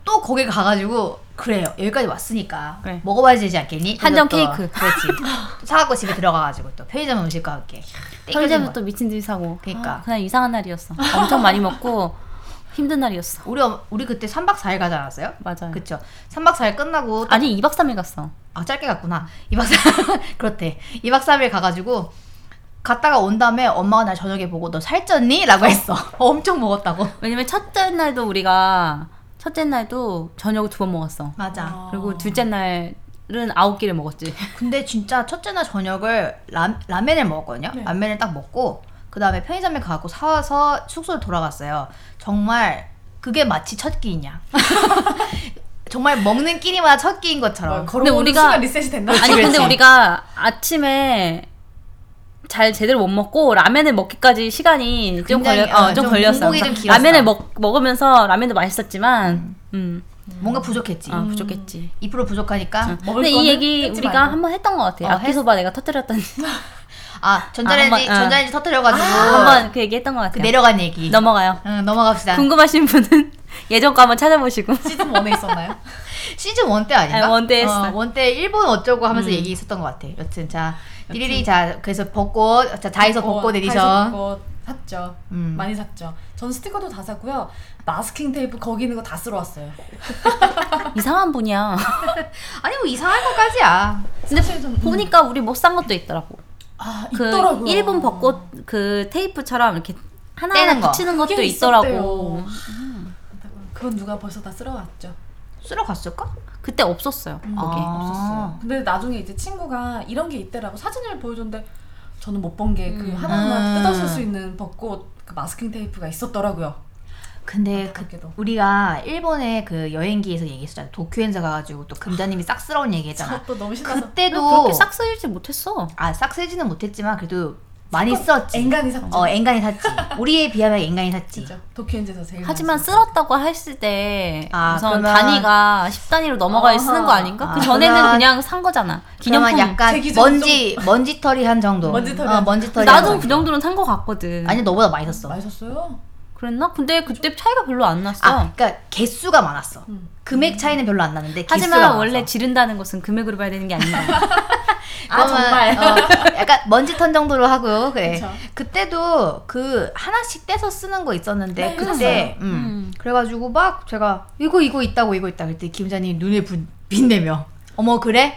B: 또 거기 가가지고 그래요 여기까지 왔으니까
C: 그래.
B: 먹어봐야 되지 않겠니?
C: 한정
B: 그래서 또
C: 케이크.
B: 그렇지 또 사갖고 집에 들어가가지고 또 편의점 음식과 함께
C: 편의점에서
B: 또
C: 또 미친 듯이 사고.
B: 그러니까.
C: 아, 그날 이상한 날이었어. 엄청 많이 먹고 힘든 날이었어.
B: 우리 엄- 우리 그때 3박 4일 가지 않았어요?
C: 맞아요.
B: 그쵸 3박 4일 끝나고 딱-
C: 네. 아니 2박 3일 갔어.
B: 아 짧게 갔구나 2박 3일 그렇대 2박 3일 가가지고 갔다가 온 다음에 엄마가 날 저녁에 보고 너 살쪘니? 라고 했어 엄청 먹었다고
C: 왜냐면 첫째 날도 우리가 첫째 날도 저녁 두 번 먹었어.
B: 맞아
A: 아.
C: 그리고 둘째 날은 아홉 개를 먹었지.
B: 근데 진짜 첫째 날 저녁을 라, 라멘을 먹었거든요.
A: 네.
B: 라멘을 딱 먹고 그 그 다음에 편의점에 가고 사와서 숙소로 돌아갔어요. 정말 그게 마치 첫 끼이냐. 정말 먹는 끼니마다 첫 끼인 것처럼.
A: 걸어오는
C: 우리가-
A: 순간 리셋이 된다.
C: 아니 근데
B: 그렇지.
C: 우리가 아침에 잘 제대로 못 먹고 라면을 먹기까지 시간이 좀
B: 굉장히,
C: 걸려
B: 어,
C: 어, 좀
B: 좀
C: 걸렸어.
B: 공복이 좀 길었어.
C: 라면을 먹 먹으면서 라면도 맛있었지만 음,
B: 뭔가 부족했지.
C: 아, 부족했지.
B: 2% 부족하니까.
C: 어.
A: 먹을
C: 근데
A: 거는
C: 이 얘기
A: 뺏지
C: 우리가
A: 말고.
C: 한번 했던 것 같아.
B: 어,
C: 요 야끼소바 내가 터뜨렸던
B: 아, 전자레인지,
C: 아, 한번, 어.
B: 전자레인지 터뜨려가지고.
C: 한번 그 얘기 했던 것
B: 그
C: 같아요.
B: 내려간 얘기.
C: 넘어가요.
B: 응, 넘어갑시다.
C: 궁금하신 분은 예전 거 한번 찾아보시고.
A: 시즌 1에 있었나요?
B: 시즌 1때 아닌가?
C: 아니, 원때 했어.
B: 어, 원때 일본 어쩌고 하면서
C: 음.
B: 얘기 있었던 것 같아. 여튼 자, 띠리리 자, 그래서 벚꽃, 자,
C: 어,
B: 다이소 벚꽃
A: 어, 다이소
B: 에디션.
A: 벚꽃 샀죠.
B: 음.
A: 많이 샀죠. 전 스티커도 다 샀고요. 마스킹 테이프 거기 있는 거 다 쓸어 왔어요.
C: 이상한 분이야.
B: 아니 뭐 이상할 것까지야.
A: 근데 좀,
C: 보니까 우리 못 산 것도 있더라고.
A: 아,
C: 그
A: 있더라고요.
C: 일본 벚꽃 그 테이프처럼 이렇게
B: 떼는
C: 하나하나
B: 거.
C: 붙이는 것도
A: 그게
C: 있더라고.
A: 있었대요. 그건 누가 벌써 다 쓸어 왔죠.
B: 쓰러 갔을까?
C: 그때 없었어요. 거기.
B: 아.
A: 없었어요. 근데 나중에 이제 친구가 이런 게 있대라고 사진을 보여줬는데 저는 못 본 게 그
C: 음.
A: 하나하나
B: 음.
A: 뜯었을 수 있는 벚꽃 그 마스킹 테이프가 있었더라고요.
B: 근데 그
A: 그게도
B: 우리가 일본의 그 여행기에서 얘기했었잖아. 도쿄엔서 가가지고 또 금자님이 싹스러운 얘기했잖아.
A: 또 너무 신나서
B: 그때도
C: 그렇게 싹 쓰지 못했어.
B: 아 싹세지는 못했지만 그래도 많이 썼지.
A: 앵간히 샀죠.
B: 어 앵간히 샀지. 우리에 비하면 앵간히 샀지.
A: 진짜 도쿄엔지에서 제일
C: 하지만
A: 많이 샀어요.
C: 쓸었다고 했을 때
B: 아,
C: 우선
B: 그러면-
C: 단위가 10단위로 넘어가야 쓰는 거 아닌가?
B: 아,
C: 그 전에는
B: 그러면-
C: 그냥 산 거잖아.
B: 그러면
C: 기념품.
A: 제
B: 약간
A: 기준은
B: 먼지 먼지털이 한 정도.
A: 먼지털이
B: 어,
A: 한
B: 먼지털이 한
C: 나도
B: 정도.
C: 그 정도는 산 거 같거든.
B: 아니 너보다 많이 샀어.
A: 많이 샀어요.
C: 그랬나? 근데 그때 차이가 별로 안 났어.
B: 아, 그러니까 개수가 많았어.
A: 음.
B: 금액 차이는 별로 안 나는데 개수가
C: 하지만
B: 많았어.
C: 원래 지른다는 것은 금액으로 봐야 되는 게 아닌가.
A: 아,
B: 그러면, 어, 약간 먼지턴 정도로 하고 그래.
A: 그쵸.
B: 그때도그 하나씩 떼서 쓰는 거 있었는데
A: 네,
B: 그때
A: 있었어요.
B: 음.
C: 음.
B: 그래가지고 막 제가 이거 이거 있다고 이거 있다 그랬더니 김자님 눈을 분, 빛내며 어머 그래?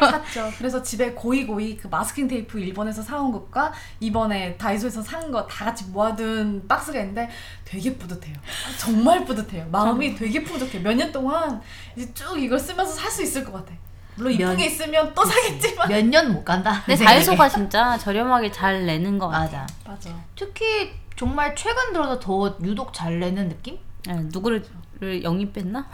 A: 샀죠. 그래서 집에 고이 고이 그 마스킹 테이프 일본에서 사온 것과 이번에 다이소에서 산 거 다 같이 모아둔 박스가 있는데 되게 뿌듯해요. 정말 뿌듯해요. 마음이 되게 뿌듯해. 요 몇 년 동안 이제 쭉 이걸 쓰면서 살 수 있을 것 같아. 물론
B: 면-
A: 이쁘게 있으면 또 사겠지만.
B: 몇 년 못 간다.
C: 근데
B: 내
C: 다이소가 진짜 저렴하게 잘 내는 거
B: 생각에.
C: 같아.
B: 네. 맞아.
A: 맞아.
B: 특히 정말 최근 들어서 더 유독 잘 내는 느낌?
C: 예, 누구를 를 영입했나?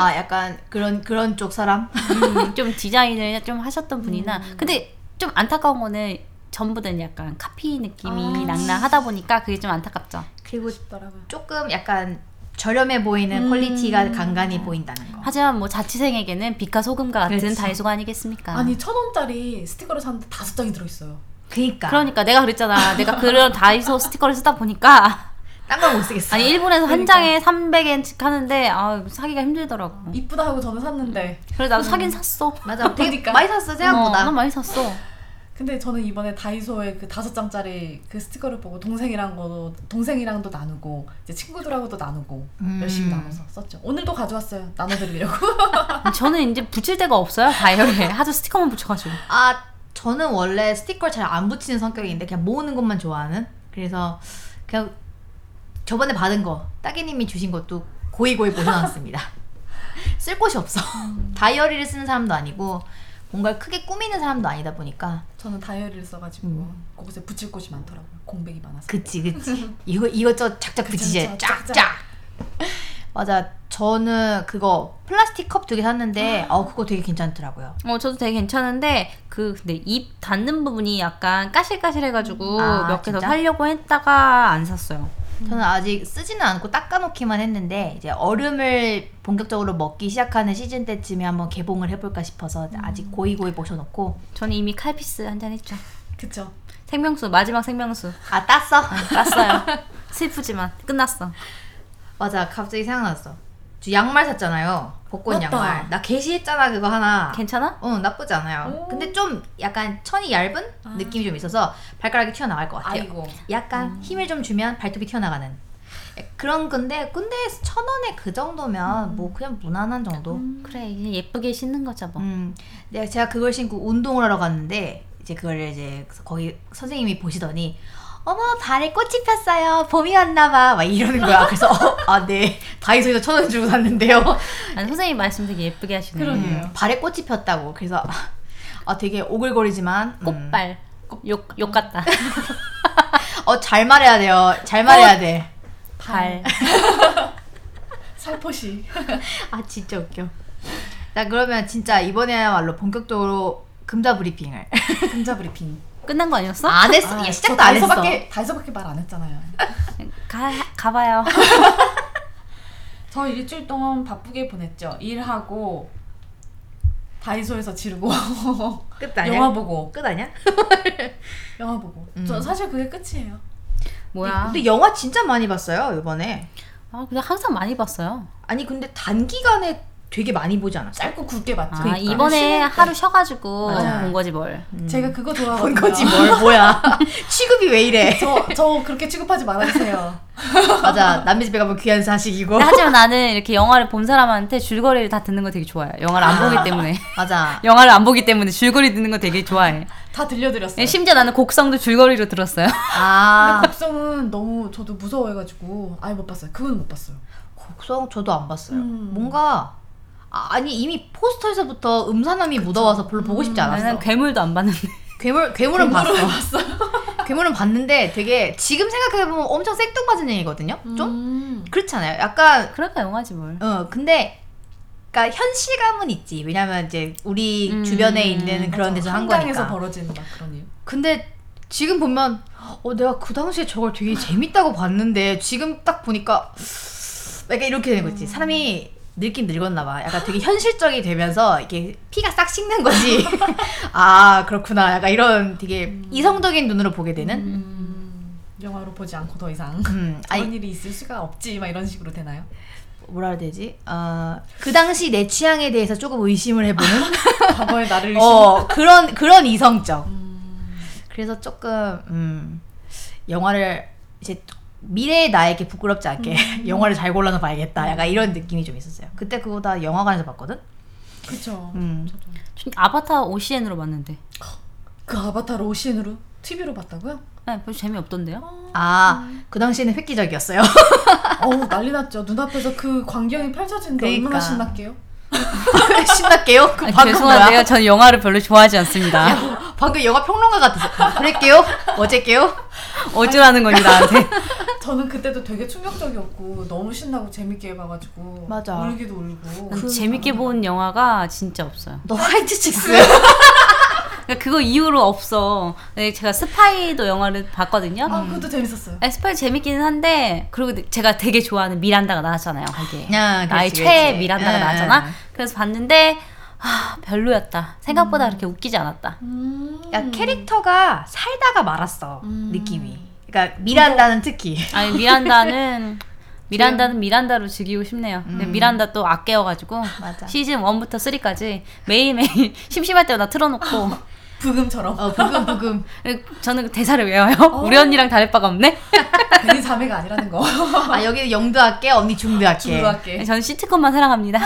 B: 아 약간 그런 그런 쪽 사람?
C: 음, 좀 디자인을 좀 하셨던 분이나.
B: 음.
C: 근데 좀 안타까운 거는 전부는 약간 카피 느낌이
A: 아.
C: 낭낭하다 보니까 그게 좀 안타깝죠.
B: 그리고
A: 싶더라고요.
B: 조금 약간 저렴해 보이는
A: 음.
B: 퀄리티가 간간히 보인다는 거.
C: 하지만 뭐 자취생에게는 빛과 소금과 같은
B: 그렇지.
C: 다이소가 아니겠습니까?
A: 아니 천 원짜리 스티커를 샀는데 다섯 장이 들어있어요.
B: 그니까.
C: 그러니까 내가 그랬잖아. 내가 그런 다이소 스티커를 쓰다 보니까
B: 딴건 못 쓰겠어.
C: 아니 일본에서 한
A: 그러니까.
C: 장에 300엔씩 하는데 아 사기가 힘들더라고.
A: 이쁘다 하고 저는 샀는데
C: 그래서 나도 사긴 샀어.
B: 맞아. 되게
A: 그러니까.
B: 많이 샀어
C: 어,
B: 생각보다.
C: 나 많이 샀어.
A: 근데 저는 이번에 다이소에 그 다섯 장짜리 그 스티커를 보고 동생이랑 거 동생이랑도 나누고 이제 친구들하고도 나누고
B: 음.
A: 열심히 나눠서 썼죠. 오늘도 가져왔어요. 나눠드리려고.
C: 저는 이제 붙일 데가 없어요 다이어리에 하도 스티커만 붙여가지고.
B: 아 저는 원래 스티커 를 잘 안 붙이는 성격인데 그냥 모으는 것만 좋아하는. 그래서 그냥 저번에 받은 거 따개님이 주신 것도 고이고이 모셔놨습니다. 쓸 곳이 없어. 다이어리를 쓰는 사람도 아니고 뭔가 크게 꾸미는 사람도 아니다 보니까
A: 저는 다이어리를 써가지고
B: 음.
A: 그곳에 붙일 곳이 많더라고요. 공백이 많아서.
B: 그치 그치 이거 이것저것 착착
A: 그쵸,
B: 붙이지
A: 그쵸.
B: 쫙쫙
A: 쫙쫙.
B: 맞아 저는 그거 플라스틱 컵 두 개 샀는데
A: 아.
B: 어 그거 되게 괜찮더라고요
C: 어, 저도 되게 괜찮은데 그 근데 입 닿는 부분이 약간 까실까실해가지고
B: 아,
C: 몇 개 더
B: 진짜?
C: 살려고 했다가 안 샀어요.
A: 음.
B: 저는 아직 쓰지는 않고 닦아놓기만 했는데 이제 얼음을 본격적으로 먹기 시작하는 시즌 때쯤에 한번 개봉을 해볼까 싶어서 아직
A: 음.
B: 고이고이 모셔놓고
C: 저는 이미 칼피스 한 잔 했죠.
A: 그쵸.
C: 생명수 마지막 생명수
B: 아 땄어?
C: 땄어요. 슬프지만 끝났어.
B: 맞아 갑자기 생각났어 저 양말 샀잖아요 벚꽃
A: 맞다.
B: 양말 나 게시했잖아 그거 하나
C: 괜찮아?
B: 어 나쁘지 않아요
A: 오.
B: 근데 좀 약간 천이 얇은
A: 아.
B: 느낌이 좀 있어서 발가락이 튀어나갈 것 같아요
A: 아이고. 음.
B: 약간 힘을 좀 주면 발톱이 튀어나가는 예, 그런 건데 근데 천 원에 그 정도면
A: 음.
B: 뭐 그냥 무난한 정도
C: 그래 이제 예쁘게 신는 거죠 뭐.
B: 음, 내가 제가 그걸 신고 운동을 하러 갔는데 이제 그걸 이제 거기 선생님이 보시더니 어머 발에 꽃이 폈어요 봄이 왔나봐 막 이러는 거야 그래서 어, 아네 다이소에서 천 원 주고 샀는데요
C: 아니, 선생님 말씀 되게 예쁘게 하시네.
A: 그러네.
B: 음, 발에 꽃이 폈다고 그래서 아 되게 오글거리지만 음,
C: 꽃발. 욕, 욕 같다.
B: 어, 잘 말해야 돼요. 잘 말해야 돼.
C: 발.
A: 살포시.
B: 아, 진짜 웃겨. 자, 그러면 진짜 이번에야말로 본격적으로 금자 브리핑을.
A: 금자 브리핑.
C: 끝난 거 아니었어?
B: 안 했어. 야, 시작도 안 했어.
A: 다이소밖에 다이소밖에 말 안 했잖아요.
C: 가 가봐요.
A: 저 일주일 동안 바쁘게 보냈죠. 일하고 다이소에서 지르고
B: 끝 아니야?
A: 영화 보고
B: 끝 아니야?
A: 영화 보고.
B: 음.
A: 저 사실 그게 끝이에요.
C: 뭐야?
B: 근데 영화 진짜 많이 봤어요, 이번에.
C: 아 근데 항상 많이 봤어요.
B: 아니, 근데 단기간에 되게 많이 보지 않았어?
A: 짧고 굵게 맞죠.
C: 아
B: 그러니까.
C: 이번에
A: 쉬는 때.
C: 하루 쉬어가지고
A: 맞아.
C: 본 거지 뭘.
A: 제가 그거 좋아하거든요.
B: 본 음. 거지 뭘 뭐야. 취급이 왜 이래.
A: 저, 저 그렇게 취급하지 말아주세요.
B: 맞아. 남의 집에 가면 귀한 사식이고.
C: 근데 하지만 나는 이렇게 영화를 본 사람한테 줄거리를 다 듣는 거 되게 좋아해요. 영화를 안 보기 때문에.
B: 맞아.
C: 영화를 안 보기 때문에 줄거리 듣는 거 되게 좋아해.
A: 다 들려드렸어요.
C: 네, 심지어 나는 곡성도 줄거리로 들었어요.
B: 아.
A: 근데 곡성은 너무 저도 무서워해가지고 아예 못 봤어요. 그건 못 봤어요.
B: 곡성 저도 안 봤어요.
A: 음.
B: 뭔가 아, 아니 이미 포스터에서부터 음산함이 묻어와서 별로 보고 싶지 않았어.
C: 나는 괴물도 안 봤는데.
B: 괴물 괴물은 봤어. 괴물은 봤는데 되게 지금 생각해 보면 엄청 생뚱맞은 얘기거든요. 좀
A: 좀?
B: 그렇지 않아요? 약간
C: 그러니까 영화지 뭘.
B: 어 근데 그러니까 현실감은 있지. 왜냐면 이제 우리
C: 음.
B: 주변에 있는 그런 데서 한 거니까.
A: 아, 한강에서 벌어지는 막 그런 일.
B: 근데 지금 보면 어 내가 그 당시에 저걸 되게 재밌다고 봤는데 지금 딱 보니까 약간 이렇게 되는
A: 음.
B: 거지 사람이 늙긴 늙었나 봐 약간 되게 현실적이 되면서 이게 피가 싹 식는 거지 아 그렇구나 약간 이런 되게 이성적인 눈으로 보게 되는
A: 음, 영화로 보지 않고 더 이상
B: 음
A: 그런
B: 아니
A: 일이 있을 수가 없지 막 이런 식으로 되나요?
B: 뭐라 해야 되지 어, 아그 당시 내 취향에 대해서 조금 의심을 해보는
A: 과거의 나를 의심.
B: 어 그런 그런 이성적
A: 음,
B: 그래서 조금 음, 영화를 이제 미래의 나에게 부끄럽지 않게 영화를 잘 골라서 봐야겠다. 약간 이런 느낌이 좀 있었어요. 그때 그거 다 영화관에서 봤거든.
A: 그쵸.
B: 음.
A: 저도.
C: 전 아바타 OCN으로 봤는데.
A: 그 아바타를 오신으로 TV로 봤다고요?
C: 네, 별로 재미없던데요?
B: 아, 그 당시에는 획기적이었어요.
A: 어우 난리 났죠. 눈앞에서 그 광경이 펼쳐지는데 얼마나
B: 그러니까.
A: 신났게요?
B: 신났게요? 그
C: 아니,
B: 방금
C: 죄송한데요.
B: 뭐야?
C: 전 영화를 별로 좋아하지 않습니다.
B: 방금 영화 평론가 같았어. 아, 그랬게요? 어제게요?
C: 어쩌라는 거니 나한테.
A: 저는 그때도 되게 충격적이었고 너무 신나고 재밌게 봐가지고
B: 맞아. 그
A: 울기도 울고 아,
C: 난 어, 재밌게 뭐- 본 영화가 진짜 없어요.
B: 너 화이트 칙스.
C: 그러니까 그거 이후로 없어. 네, 제가 스파이도 영화를 봤거든요.
A: 아
B: 음.
A: 그것도 재밌었어요.
C: 아니, 스파이 재밌기는 한데 그리고 네, 제가 되게 좋아하는 미란다가 나왔잖아요. 거기에.
B: 야,
C: 나의
B: 그렇지,
C: 최애
B: 그렇지.
C: 미란다가
B: 응,
C: 나왔잖아.
B: 응.
C: 그래서 봤는데 아, 별로였다. 생각보다 그렇게 웃기지 않았다.
A: 음.
B: 야, 캐릭터가 살다가 말았어.
A: 음.
B: 느낌이. 그러니까 미란다는 특히.
C: 아니 미란다는 미란다는 미란다로 즐기고 싶네요. 근데 미란다 또 아껴가지고
B: 음. 맞아.
C: 시즌 1부터 3까지 매일매일 심심할 때마다 틀어놓고
A: 부금처럼
B: 어, 부금부금.
C: 그리고 저는 그 대사를 외워요. 우리
A: 어.
C: 언니랑 다를 바가 없네.
A: 괜히 자매가 아니라는 거.
B: 아, 여기 영도 할게, 언니 중도 할게.
A: 중도학교.
C: 네, 저는 시트콤만 사랑합니다.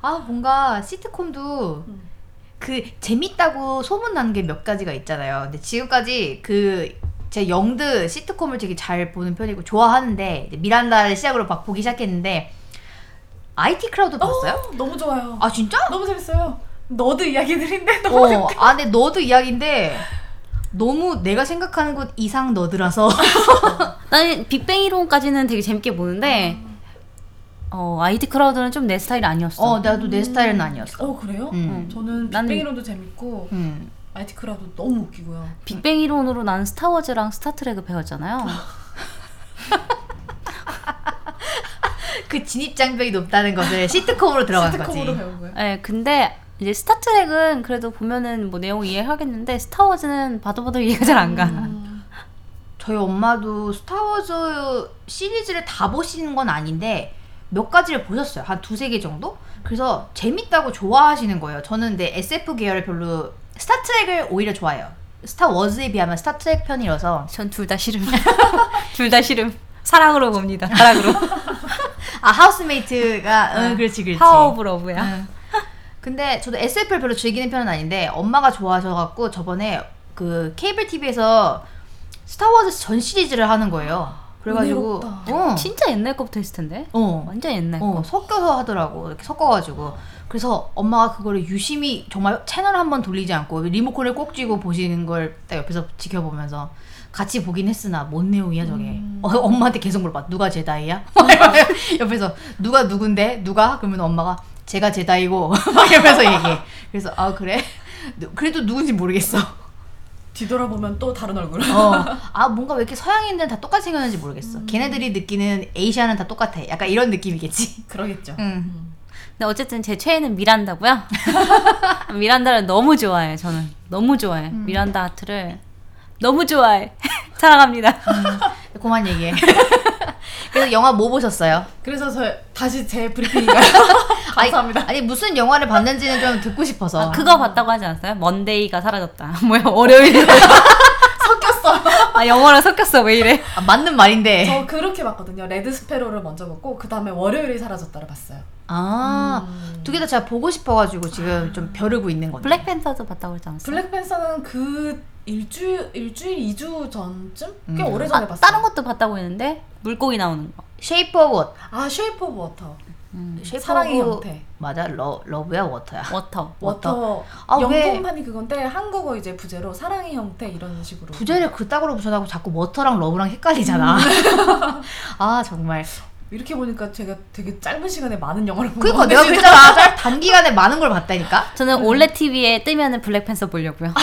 B: 아 뭔가 시트콤도
A: 음.
B: 그 재밌다고 소문난 게 몇 가지가 있잖아요. 근데 지금까지 그 제 영드 시트콤을 되게 잘 보는 편이고 좋아하는데 이제 미란다를 시작으로 막 보기 시작했는데 IT 크라우드 봤어요?
A: 어, 너무 좋아요.
B: 아 진짜?
A: 너무 재밌어요. 너드 이야기들인데 너무
B: 어, 아 근데 너드 이야기인데 너무 내가 생각하는 것 이상 너드라서
A: 아,
C: 나는 빅뱅 이론까지는 되게 재밌게 보는데 어 아이디 크라우드는 좀 내 스타일 아니었어. 네.
B: 어 나도 내 스타일은 아니었어.
A: 어 그래요?
B: 음.
A: 저는
C: 나는-
A: 빅뱅이론도 재밌고
B: 음.
A: 아이티크라도 너무 웃기고요.
C: 빅뱅 이론으로 나는 스타워즈랑 스타트랙을 배웠잖아요.
B: 그 진입 장벽이 높다는 것을 시트콤으로 들어간 거지.
A: 시트콤으로 배운 거예요.
C: 네, 근데 이제 스타트랙은 그래도 보면은 뭐 내용 이해하겠는데 스타워즈는 봐도 봐도 이해가 잘 안 가.
A: 음.
B: 저희 엄마도 스타워즈 시리즈를 다 보시는 건 아닌데 몇 가지를 보셨어요. 한 두세 개 정도? 그래서 재밌다고 좋아하시는 거예요. 저는 근데 SF 계열을 별로 스타트랙을 오히려 좋아해요. 스타워즈에 비하면 스타트랙 편이라서
C: 전 둘 다 싫음. 둘 다 싫음. 사랑으로 봅니다. 사랑으로.
B: 아 하우스메이트가 응 아, 그렇지 그렇지
C: 파워 오브 러브야.
B: 응. 근데 저도 SF를 별로 즐기는 편은 아닌데 엄마가 좋아하셔갖고 저번에 그 케이블 TV에서 스타워즈 전 시리즈를 하는 거예요. 그래가지고
A: 은혜롭다.
B: 어.
C: 진짜 옛날 거부터 했을 텐데.
B: 어
C: 완전 옛날
B: 어,
C: 거.
B: 섞여서 하더라고. 이렇게 섞어가지고. 그래서 엄마가 그거를 유심히 정말 채널 한 번 돌리지 않고 리모컨을 꼭 쥐고 보시는 걸 딱 옆에서 지켜보면서 같이 보긴 했으나 뭔 내용이야 저게
A: 음.
B: 어, 엄마한테 계속 물어봐 누가 제다이야? 옆에서 누가 누군데? 누가? 그러면 엄마가 제가 제다이고 막 이러면서 얘기해 그래서 아 그래? 누- 그래도 누군지 모르겠어
A: 뒤돌아보면 또 다른 얼굴.
B: 어. 아 뭔가 왜 이렇게 서양인들은 다 똑같이 생겼는지 모르겠어 걔네들이 느끼는 에이시아는 다 똑같아 약간 이런 느낌이겠지
A: 그러겠죠.
B: 응.
C: 근데 어쨌든 제 최애는 미란다고요. 미란다를 너무 좋아해요. 저는 너무 좋아해. 요 미란다 아트를 너무 좋아해. 사랑합니다.
B: 그만 얘기해 그래서 영화 뭐 보셨어요?
A: 그래서 저 다시 제 브리핑인가요? 감사합니다.
B: 아니, 아니 무슨 영화를 봤는지는 좀 듣고 싶어서
C: 아, 그거 봤다고 하지 않았어요? 먼데이가 사라졌다. 뭐야 월요일.
A: 섞였어요.
C: 아 영어랑 섞였어. 왜 이래?
B: 아, 맞는 말인데
A: 저 그렇게 봤거든요. 레드 스페로를 먼저 봤고 그 다음에 월요일이 사라졌다를 봤어요.
B: 아,
A: 음.
B: 두 개 다 제가 보고 싶어가지고 지금 좀 벼르고 있는 건데.
C: 블랙팬서도 봤다고 하지 않았어요?
A: 블랙팬서는 그 일주 일주일 이주 전쯤 꽤
B: 음.
A: 오래 전에
C: 아,
A: 봤어요.
C: 다른 것도 봤다고 했는데 물고기 나오는 거. 음.
B: 쉐이프 오브 워,
A: 아 쉐이프 오브 워터.
B: 쉐이프
A: 사랑의
B: 오브-
A: 형태.
B: 맞아, 러, 러브야 워터야.
C: 워터.
A: 워터.
B: 아, 왜-
A: 영문판이 그건데 한국어 이제 부제로 사랑의 형태 이런 식으로.
B: 부제를 그따구로 붙여놓고 자꾸 워터랑 러브랑 헷갈리잖아. 아 정말.
A: 이렇게 보니까 제가 되게 짧은 시간에 많은 영화를 본
B: 그러니까
A: 건데
B: 내가
A: 진짜.
B: 그랬잖아. 짧- 단기간에 많은 걸 봤다니까.
C: 저는 올레 TV에 뜨면은 블랙팬서 보려고요.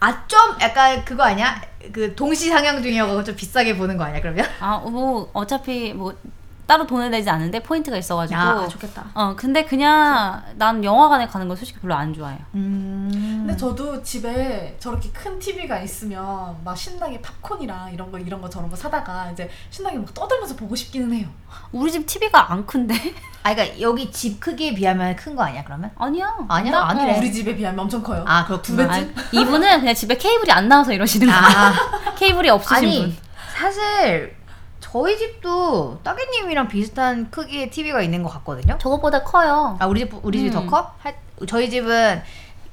B: 아 좀 약간 그거 아니야? 그 동시 상영 중이어서 좀 비싸게 보는 거 아니야? 그러면?
C: 아 뭐 어차피 뭐 따로 돈을 내지 않는데 포인트가 있어가지고.
B: 좋겠다.
C: 어 근데 그냥 난 영화관에 가는 거 솔직히 별로 안 좋아해요.
B: 음.
A: 근데 저도 집에 저렇게 큰 TV가 있으면 막 신나게 팝콘이랑 이런 거 이런 거 저런 거 사다가 이제 신나게 막 떠들면서 보고 싶기는 해요.
C: 우리 집 TV가 안 큰데?
B: 아 그러니까 여기 집 크기에 비하면 큰 거 아니야? 그러면?
C: 아니야.
B: 아니야,
C: 나-
B: 아니래.
C: 어.
A: 우리 집에 비하면 엄청 커요.
B: 아
A: 두
B: 그렇구나.
A: 배-
C: 아니, 이분은 그냥 집에 케이블이 안 나와서 이러시는 거예요.
B: 아.
C: 케이블이 없으신
B: 아니
C: 분.
B: 사실 저희 집도 따개님이랑 비슷한 크기의 TV가 있는 것 같거든요.
C: 저것보다 커요.
B: 아 우리 집 우리 집이 더
C: 음.
B: 커? 하, 저희 집은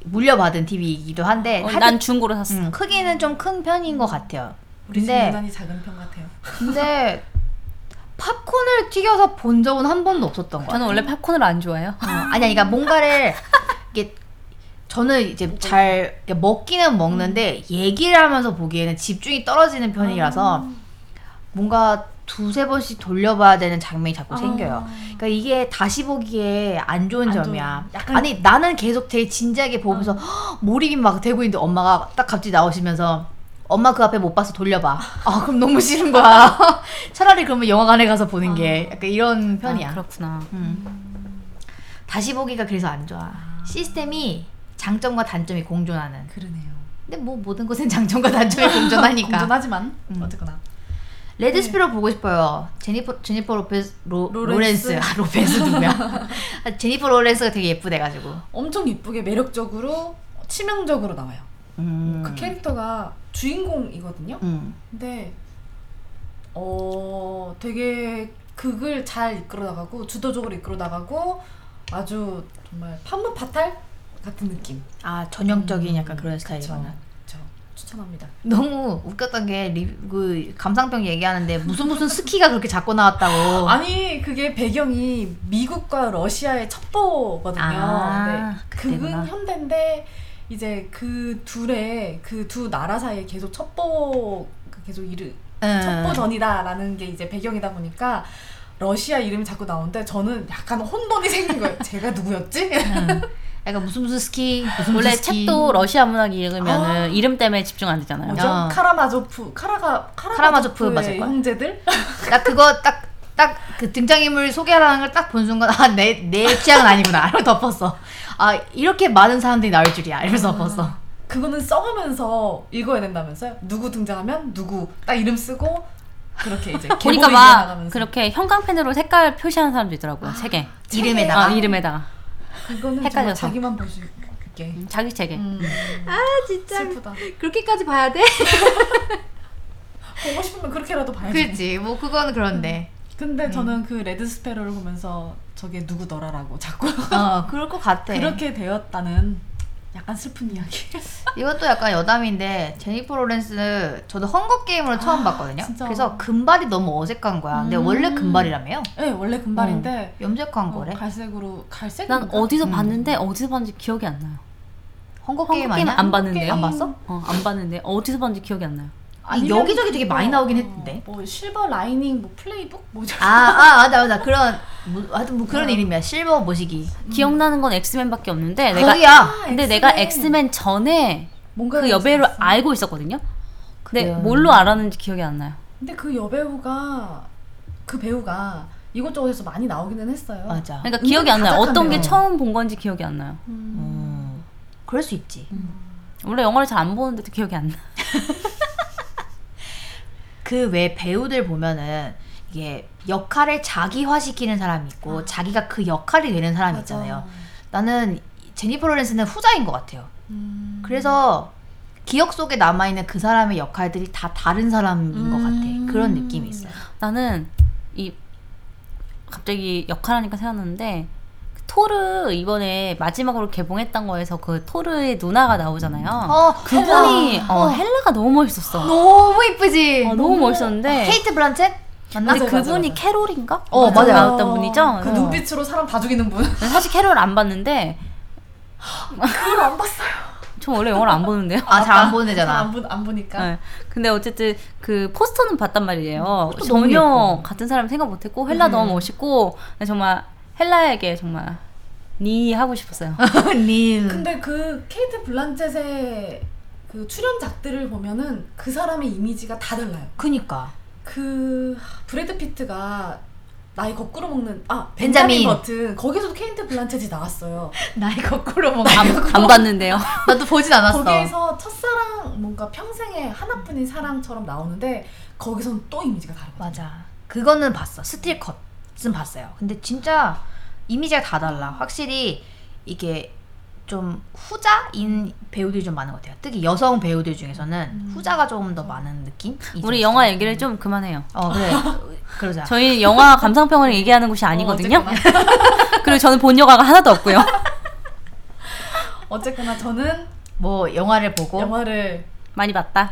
B: 물려받은 TV이기도 한데
C: 어,
B: 네, 하여튼,
C: 난 중고로 샀어.
B: 음, 크기는 좀 큰 편인 것 같아요.
A: 우리 집
B: 근데-
A: 유난히 작은 편 같아요.
B: 근데 팝콘을 튀겨서 본 적은 한 번도 없었던 것 같아요.
C: 저는 원래 팝콘을 안 좋아해요.
B: 어, 아니 아니 그러니까 뭔가를 이게 저는 이제 잘 이렇게 먹기는 먹는데 얘기를 하면서 보기에는 집중이 떨어지는 편이라서 뭔가 두세 번씩 돌려봐야 되는 장면이 자꾸 생겨요. 그러니까 이게 다시 보기에 안 좋은
A: 아. 안 좋은,
B: 점이야.
A: 약간-
B: 아니 나는 계속 되게 진지하게 보면서 헉, 몰입이 막 되고 있는데 엄마가 딱 갑자기 나오시면서 엄마 그 앞에 못 봐서 돌려봐. 아 그럼 너무 싫은 거야. 차라리 그러면 영화관에 가서 보는 게 약간 이런 편이야.
C: 아, 그렇구나.
B: 음. 다시 보기가 그래서 안 좋아. 시스템이 장점과 단점이 공존하는.
A: 그러네요.
B: 근데 뭐 모든 곳엔 장점과 단점이 공존하니까.
A: 공존하지만
B: 음.
A: 어쨌거나
B: 레드 스피로 보고 싶어요. 제니퍼 제니퍼 로페스 로,
A: 로렌스.
B: 로렌스 아, 로페스 누구야? 아, 제니퍼 로렌스가 되게 예쁘대가지고.
A: 엄청 이쁘게 매력적으로 치명적으로 나와요.
B: 음.
A: 그 캐릭터가 주인공이거든요.
B: 음.
A: 근데 어 되게 극을 잘 이끌어 나가고 주도적으로 이끌어 나가고 아주 정말 판무파탈 같은 느낌.
B: 아 전형적인 약간 그런
A: 그렇죠.
B: 스타일이구나.
A: 추천합니다.
B: 너무 웃겼던 게그 감상평 얘기하는데 무슨 무슨 스키가 그렇게 작고 나왔다고.
A: 아니 그게 배경이 미국과 러시아의 첩보거든요.
B: 아,
A: 네.
B: 그때구나.
A: 극은 현대인데 이제 그 둘의 그 두 나라 사이에 계속 첩보 계속 이르
B: 응.
A: 첩보전이다라는 게 이제 배경이다 보니까 러시아 이름이 자꾸 나오는데 저는 약간 혼돈이 생긴 거예요. 제가 누구였지?
B: 응. 약간 무슨 무슨 스키 음, 무슨
C: 원래
B: 무슨 스키.
C: 책도 러시아 문학 읽으면
A: 아. 어,
C: 은 이름 때문에 집중 안 되잖아요.
A: 뭐죠?
B: 야.
A: 카라마조프 카라가
B: 카라마조프
A: 카라마조프의
B: 맞을 거야.
A: 형제들?
B: 나 그거 딱 딱 그 등장인물 소개하라는 걸 딱 본 순간 아 내 내 취향은 아니구나 이러고 덮었어 아 이렇게 많은 사람들이 나올 줄이야 이러면서 덮었어
A: 그거는 써가면서 읽어야 된다면서요? 누구 등장하면 누구 딱 이름 쓰고 그렇게 이제
C: 보니까
A: 계보를
C: 막
A: 이어나가면서
C: 그렇게 형광펜으로 색깔 표시하는 사람도 있더라고요. 책에.
B: 이름에다가
C: 아, 이름에다가.
A: 그거는 정말
C: 헷갈려서.
A: 자기만 볼 수 있게
C: 음, 자기 책에.
A: 음,
B: 아 진짜
A: 슬프다
B: 그렇게까지 봐야 돼?
A: 보고 싶으면 그렇게라도 봐야지
B: 그렇지 뭐 그건 그런데
A: 근데 저는 그 레드 스페로를 보면서 저게 누구더라라고 자꾸
B: 어 그럴 것 같아
A: 그렇게 되었다는 약간 슬픈 이야기
B: 이것도 약간 여담인데 제니퍼 로렌스 저도 헝거 게임으로 처음 봤거든요
A: 진짜.
B: 그래서 금발이 너무 어색한 거야 근데
A: 음.
B: 원래 금발이라며요
A: 네 원래 금발인데
B: 염색한
A: 어,
B: 거래
A: 갈색으로 갈색
C: 난 어디서 봤는데 어디서 봤는지 기억이 안 나요.
B: 헝거
C: 헝거
B: 게임
C: 게임
B: 아니야?
C: 안 봤는데요?
B: 안 봤어?
C: 어, 안 봤는데 어디서 봤는지 기억이 안 나요.
A: 아니면
B: 여기저기 되게 많이 나오긴
A: 어,
B: 했던데.
A: 뭐 실버 라이닝 뭐 플레이북 뭐죠?
B: 아, 아, 맞아, 맞아. 그런, 뭐, 하여튼 뭐 그런
C: 음.
A: 어.
B: 이름이야. 실버 모시기.
C: 기억나는 건 엑스맨밖에 없는데 아, 내가
B: 거기야.
A: 아,
C: 근데 내가 엑스맨 전에
A: 뭔가
C: 그 여배우를 알고 있었거든요. 근데
B: 그래요.
C: 뭘로 알았는지 기억이 안 나요.
A: 근데 그 여배우가 그 배우가 이것저것에서 많이 나오기는 했어요.
B: 맞아.
C: 그러니까
A: 은근
C: 기억이 안 나요. 어떤 게
A: 가작하네요.
C: 처음 본 건지 기억이 안 나요.
A: 음.
B: 음, 그럴 수 있지.
C: 음. 원래 영화를 잘 안 보는데도 기억이 안 나.
B: 그 외 배우들 보면은 이게 역할을 자기화시키는 사람이
C: 아.
B: 있고 자기가 그 역할이 되는 사람이
A: 맞아.
B: 있잖아요. 나는 제니퍼 로렌스는 후자인 것 같아요.
A: 음.
B: 그래서 기억 속에 남아있는 그 사람의 역할들이 다 다른 사람인 것
A: 음.
B: 같아. 그런 느낌이 있어요.
C: 나는 이 갑자기 역할하니까 생각났는데 그 토르 이번에 마지막으로 개봉했던 거에서 그 토르의 누나가 나오잖아요.
B: 어,
C: 그분이
B: 헬라.
C: 어, 헬라가 너무 멋있었어.
B: 너무 이쁘지?
C: 어, 너무 멋있었는데
B: 케이트 블란쳇? 맞나?
C: 근데
A: 맞아요, 맞아요,
C: 그분이
A: 맞아요.
C: 캐롤인가?
B: 어, 맞아요.
C: 나왔던 분이죠.
A: 그
C: 어.
A: 눈빛으로 사람 다 죽이는 분.
C: 난 사실 캐롤 안 봤는데
A: 그걸 안 봤어요.
C: 전 원래 영화를 안 보는데요.
B: 아, 잘 안 보는
A: 잘 안
B: 애잖아.
A: 보- 안 보니까.
C: 네. 근데 어쨌든 그 포스터는 봤단 말이에요.
B: 그것도 너무
C: 전혀
B: 예뻐.
C: 같은 사람 생각 못했고 헬라
B: 음.
C: 너무 멋있고 나 정말 헬라에게 정말 니 하고 싶었어요.
B: 아, 님.
A: 아, 근데 그 케이트 블란쳇의 그 출연작들을 보면은 그 사람의 이미지가 다 달라요.
B: 그니까.
A: 그 하, 브래드 피트가 나이 거꾸로 먹는 아
B: 벤자민.
A: 벤자민, 버튼 거기서도 케이트 블란쳇이 나왔어요.
B: 나이 거꾸로 먹는
C: 안, 안 봤는데요.
B: 아, 나도 보진 않았어.
A: 거기에서 첫사랑 뭔가 평생의 하나뿐인 사랑처럼 나오는데 거기선 또 이미지가 다르거든요.
B: 맞아. 그거는 봤어. 스틸 컷은 봤어요. 근데 진짜 이미지가 다 달라. 확실히 이게 좀 후자인 배우들이 좀 많은 것 같아요. 특히 여성 배우들 중에서는
A: 음.
B: 후자가 좀 더 많은 느낌?
C: 우리 영화 얘기를 좀 그만해요.
B: 어 그래. 그러자.
C: 저희 영화 감상평을 얘기하는 곳이
A: 어,
C: 아니거든요.
A: 어쨌거나,
C: 그리고 저는 본 영화가 하나도 없고요.
A: 어쨌거나 저는
B: 뭐 영화를 보고
A: 영화를
C: 많이 봤다.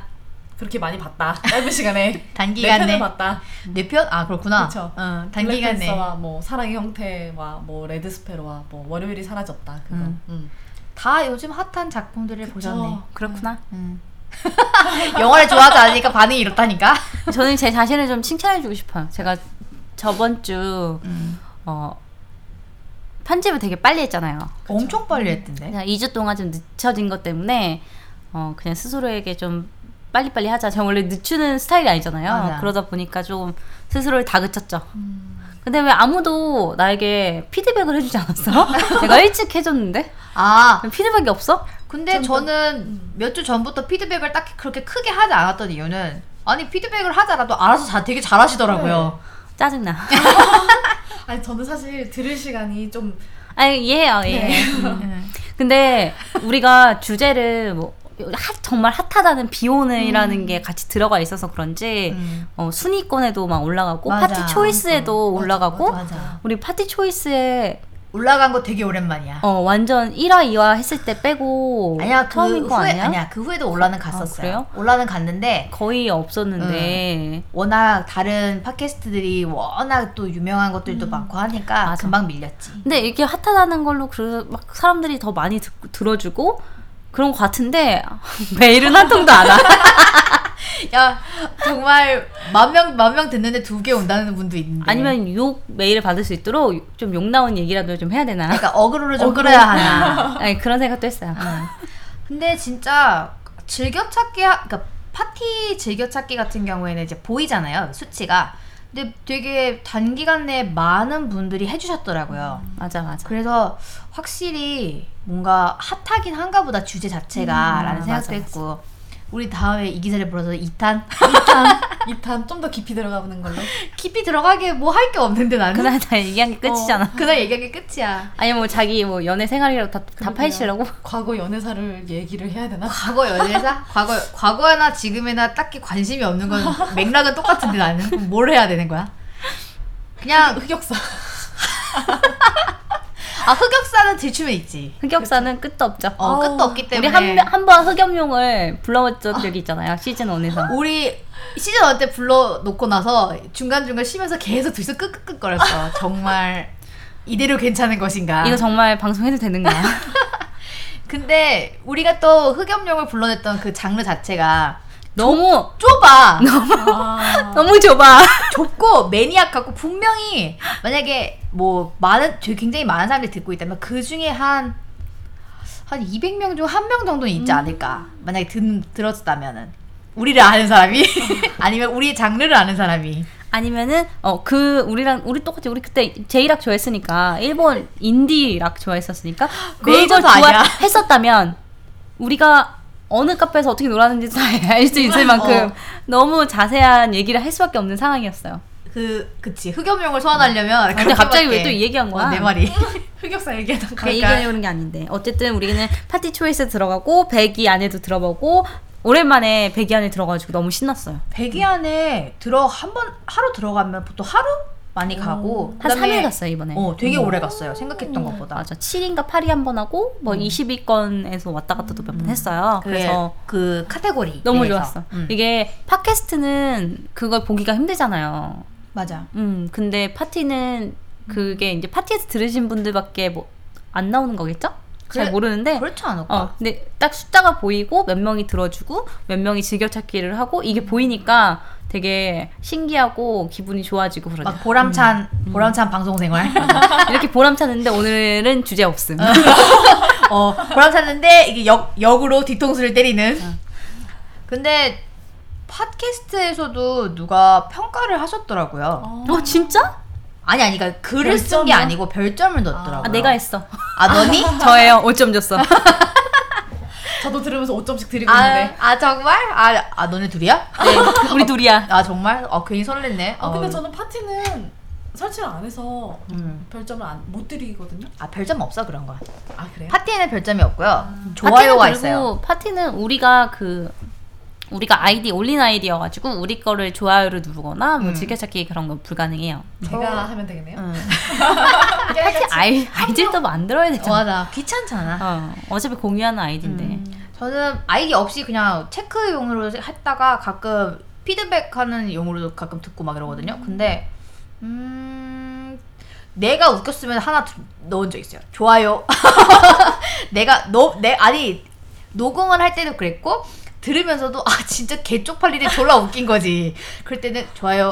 A: 그렇게 많이 봤다. 짧은 시간에 내
B: 단기간에
A: 편을 봤다.
B: 내 편? 아 그렇구나.
A: 그쵸.
B: 어, 단기간에.
A: 블랙팬서와 뭐 사랑의 형태와 뭐 레드스페로와 뭐 월요일이 사라졌다. 그거.
B: 음.
A: 음.
B: 다 요즘 핫한 작품들을 보셨네.
A: 저-
C: 그렇구나.
B: 음. 영화를 좋아하지 않으니까 반응이 이렇다니까.
C: 저는 제 자신을 좀 칭찬해주고 싶어요. 제가 저번 주
B: 음.
C: 어, 편집을 되게 빨리 했잖아요.
B: 엄청 빨리 했던데.
C: 그냥 2주 동안 좀 늦춰진 것 때문에 어, 그냥 스스로에게 좀 빨리빨리 하자. 제가 원래 늦추는 스타일이 아니잖아요.
B: 맞아.
C: 그러다 보니까 좀 스스로를 다그쳤죠.
A: 음.
C: 근데 왜 아무도 나에게 피드백을 해주지 않았어? 내가 일찍 해줬는데?
B: 아
C: 피드백이 없어?
B: 근데
A: 좀 더-
B: 저는 몇 주 전부터 피드백을 딱히 그렇게 크게 하지 않았던 이유는 아니 피드백을 하자라도 알아서 자, 되게 잘하시더라고요.
C: 짜증나.
A: 아니 저는 사실 들을 시간이 좀
C: 아니, 이해해요, 예.
A: 네.
B: 음.
C: 근데 우리가 주제를 뭐, 핫- 정말 핫하다는 비오는이라는 게 같이 들어가 있어서 그런지
B: 음.
C: 어, 순위권에도 막 올라가고
B: 맞아.
C: 파티 초이스에도
A: 맞아,
C: 올라가고
B: 맞아.
C: 우리 파티 초이스에
B: 올라간 거 되게 오랜만이야.
C: 어, 완전 1화 2화 했을 때 빼고
B: 아니야 그
C: 어, 처음인
B: 후에
C: 거 아니야?
B: 아니야 그 후에도 올라는 갔었어요.
C: 그래요?
B: 올라는 갔는데
C: 거의 없었는데
B: 워낙 다른 팟캐스트들이 워낙 또 유명한 것들도
A: 음.
B: 많고 하니까
C: 맞아.
B: 금방 밀렸지.
C: 근데 이렇게 핫하다는 걸로 그 막 사람들이 더 많이 듣, 들어주고 그런 거 같은데 메일은 한 통도 안 와.
B: 야 정말 만명만 명 듣는데 두 개 온다는 분도 있는데.
C: 아니면 욕 메일을 받을 수 있도록 좀 욕 나온 얘기라도 좀 해야 되나?
B: 그러니까 어그로를 좀 끌어야 하나.
C: 아니, 그런 생각도 했어요.
B: 근데 진짜 즐겨찾기 하- 그러니까 파티 즐겨찾기 같은 경우에는 이제 보이잖아요 수치가 근데 되게 단기간 내에 많은 분들이 해주셨더라고요
C: 맞아 맞아.
B: 그래서 확실히 뭔가 핫하긴 한가 보다 주제 자체가
C: 음,
B: 라는
C: 맞아,
B: 생각도
C: 맞아.
B: 했고 우리 다음에 이 기사를 불어서 2탄
A: 2탄 좀 더 깊이 들어가보는 걸로.
B: 깊이 들어가게 뭐 할 게 없는데 나는
C: 그날 다 얘기한 게 끝이잖아.
B: 어, 그날 얘기한 게 끝이야
C: 아니 뭐 자기 뭐 연애 생활이라고 다, 다
A: 그러게요.
C: 파헤치려고
A: 과거 연애사를 얘기를 해야 되나?
B: 과거 연애사? 과거, 과거나 지금이나 딱히 관심이 없는 건 맥락은 똑같은데 나는 그럼 뭘 해야 되는 거야? 그냥
A: 흑역사.
B: 아 흑역사는 들추면 있지.
C: 흑역사는 끝도 없죠.
B: 어
A: 아우,
B: 끝도 없기
C: 우리
B: 때문에 어.
C: 한한번 흑염룡을 불러봤던 적이 있잖아요 시즌 1에서
B: 우리 시즌 1때 불러놓고 나서 중간 중간 쉬면서 계속 둘이서 끄끄끄거렸어. 정말 이대로 괜찮은 것인가?
C: 이거 정말 방송해도 되는 거야?
B: 근데 우리가 또 흑염룡을 불러냈던 그 장르 자체가
C: 너무
B: 좁아.
A: 아,
C: 너무 좁아.
B: 좁고 매니악 같고 분명히 만약에 뭐 많은 되게 굉장히 많은 사람들이 듣고 있다면 그 중에 한한 200명 중 한 명 정도는 있지 않을까 만약에 듣, 들었다면은 우리를 아는 사람이 아니면 우리의 장르를 아는 사람이
C: 아니면은 어 그 우리랑 우리 똑같이 우리 그때 제이락 좋아했으니까 일본 인디락 좋아했었으니까 그걸
B: 메이저도 아니야.
C: 좋아했었다면 우리가 어느 카페에서 어떻게 놀았는지 다 알 수 있을 만큼
B: 어.
C: 너무 자세한 얘기를 할 수밖에 없는 상황이었어요.
B: 그 그치 흑염룡을 소환하려면
C: 근데 갑자기 왜
B: 그렇게밖에-
C: 또 이 얘기한 거야?
B: 어, 내 말이 흑역사 얘기하던
C: 그 얘기하려고 그런 게 아닌데 어쨌든 우리는 파티 초이스 들어가고 배기 안에도 들어보고 오랜만에 배기 안에 들어가지고 너무 신났어요.
B: 백이 안에 들어 한 번 하루 들어가면 보통 하루 많이 가고
C: 한
B: 그다음에-
C: 3일 갔어요 이번에.
B: 어 되게 오래 갔어요 생각했던 것보다
C: 맞아. 7인가 8이 한 번 하고 뭐 20위권에서 왔다 갔다도 몇 번 했어요. 그래서
B: 음. 그래서 그 카테고리
C: 너무
B: 대해서.
C: 좋았어.
B: 음.
C: 이게 팟캐스트는 그걸 보기가 힘들잖아요.
B: 맞아
C: 음, 근데 파티는 그게
B: 음.
C: 이제 파티에서 들으신 분들밖에 뭐 안 나오는 거겠죠? 잘
B: 그래-
C: 모르는데
B: 그렇지 않을까
C: 어, 근데 딱 숫자가 보이고 몇 명이 들어주고 몇 명이 즐겨찾기를 하고 이게 보이니까 되게 신기하고 기분이 좋아지고 그러죠.
B: 막 보람찬
C: 음,
B: 보람찬 방송 생활
C: 이렇게 보람차는데 오늘은 주제 없음.
B: 어 보람찼는데 이게 역 역으로 뒤통수를 때리는 근데 팟캐스트에서도 누가 평가를 하셨더라고요
C: 어 진짜?
B: 아니 아니 그러니까 글을 쓴 게
A: 별점이요?
B: 아니고 별점을 넣었더라고요
C: 아 내가 했어.
B: 아 너니
C: 저예요. 5점 줬어. 네,
A: 저도 들으면서 5점씩 드리고
B: 아,
A: 있는데.
B: 아 정말 아, 아 너네 둘이야
C: 네, 우리 둘이야.
B: 아 정말 아 괜히 설렜네
A: 아, 근데
B: 어.
A: 저는 파티는 설치를 안 해서
B: 음.
A: 별점을 안, 못 드리거든요.
B: 아 별점 없어 그런 거
A: 아, 그래요?
B: 파티에는 별점이 없고요 좋아요가
C: 음. 파티는
B: 있어요
C: 그리고 파티는 우리가 그 우리가 아이디 올린 아이디여가지고 우리 거를 좋아요를 누르거나 뭐
B: 음.
C: 즐겨찾기 그런 건 불가능해요.
A: 제가
B: 저-
A: 하면 되겠네요. 음,
B: 응.
C: 아, 파티 아이 아이디도 만들어야
B: 어,
C: 되잖아. 네.
B: 맞아 귀찮잖아 음.
C: 어, 어차피 공유하는 아이디인데.
B: 저는 아이디 없이 그냥 체크용으로 했다가 가끔 피드백하는 용으로도 가끔 듣고 막 이러거든요 근데 음 내가 웃겼으면 하나 두- 넣은 적 있어요 좋아요 내가 너 내 아니 녹음을 할 때도 그랬고 들으면서도 아 진짜 개쪽팔리네 졸라 웃긴 거지 그럴 때는 좋아요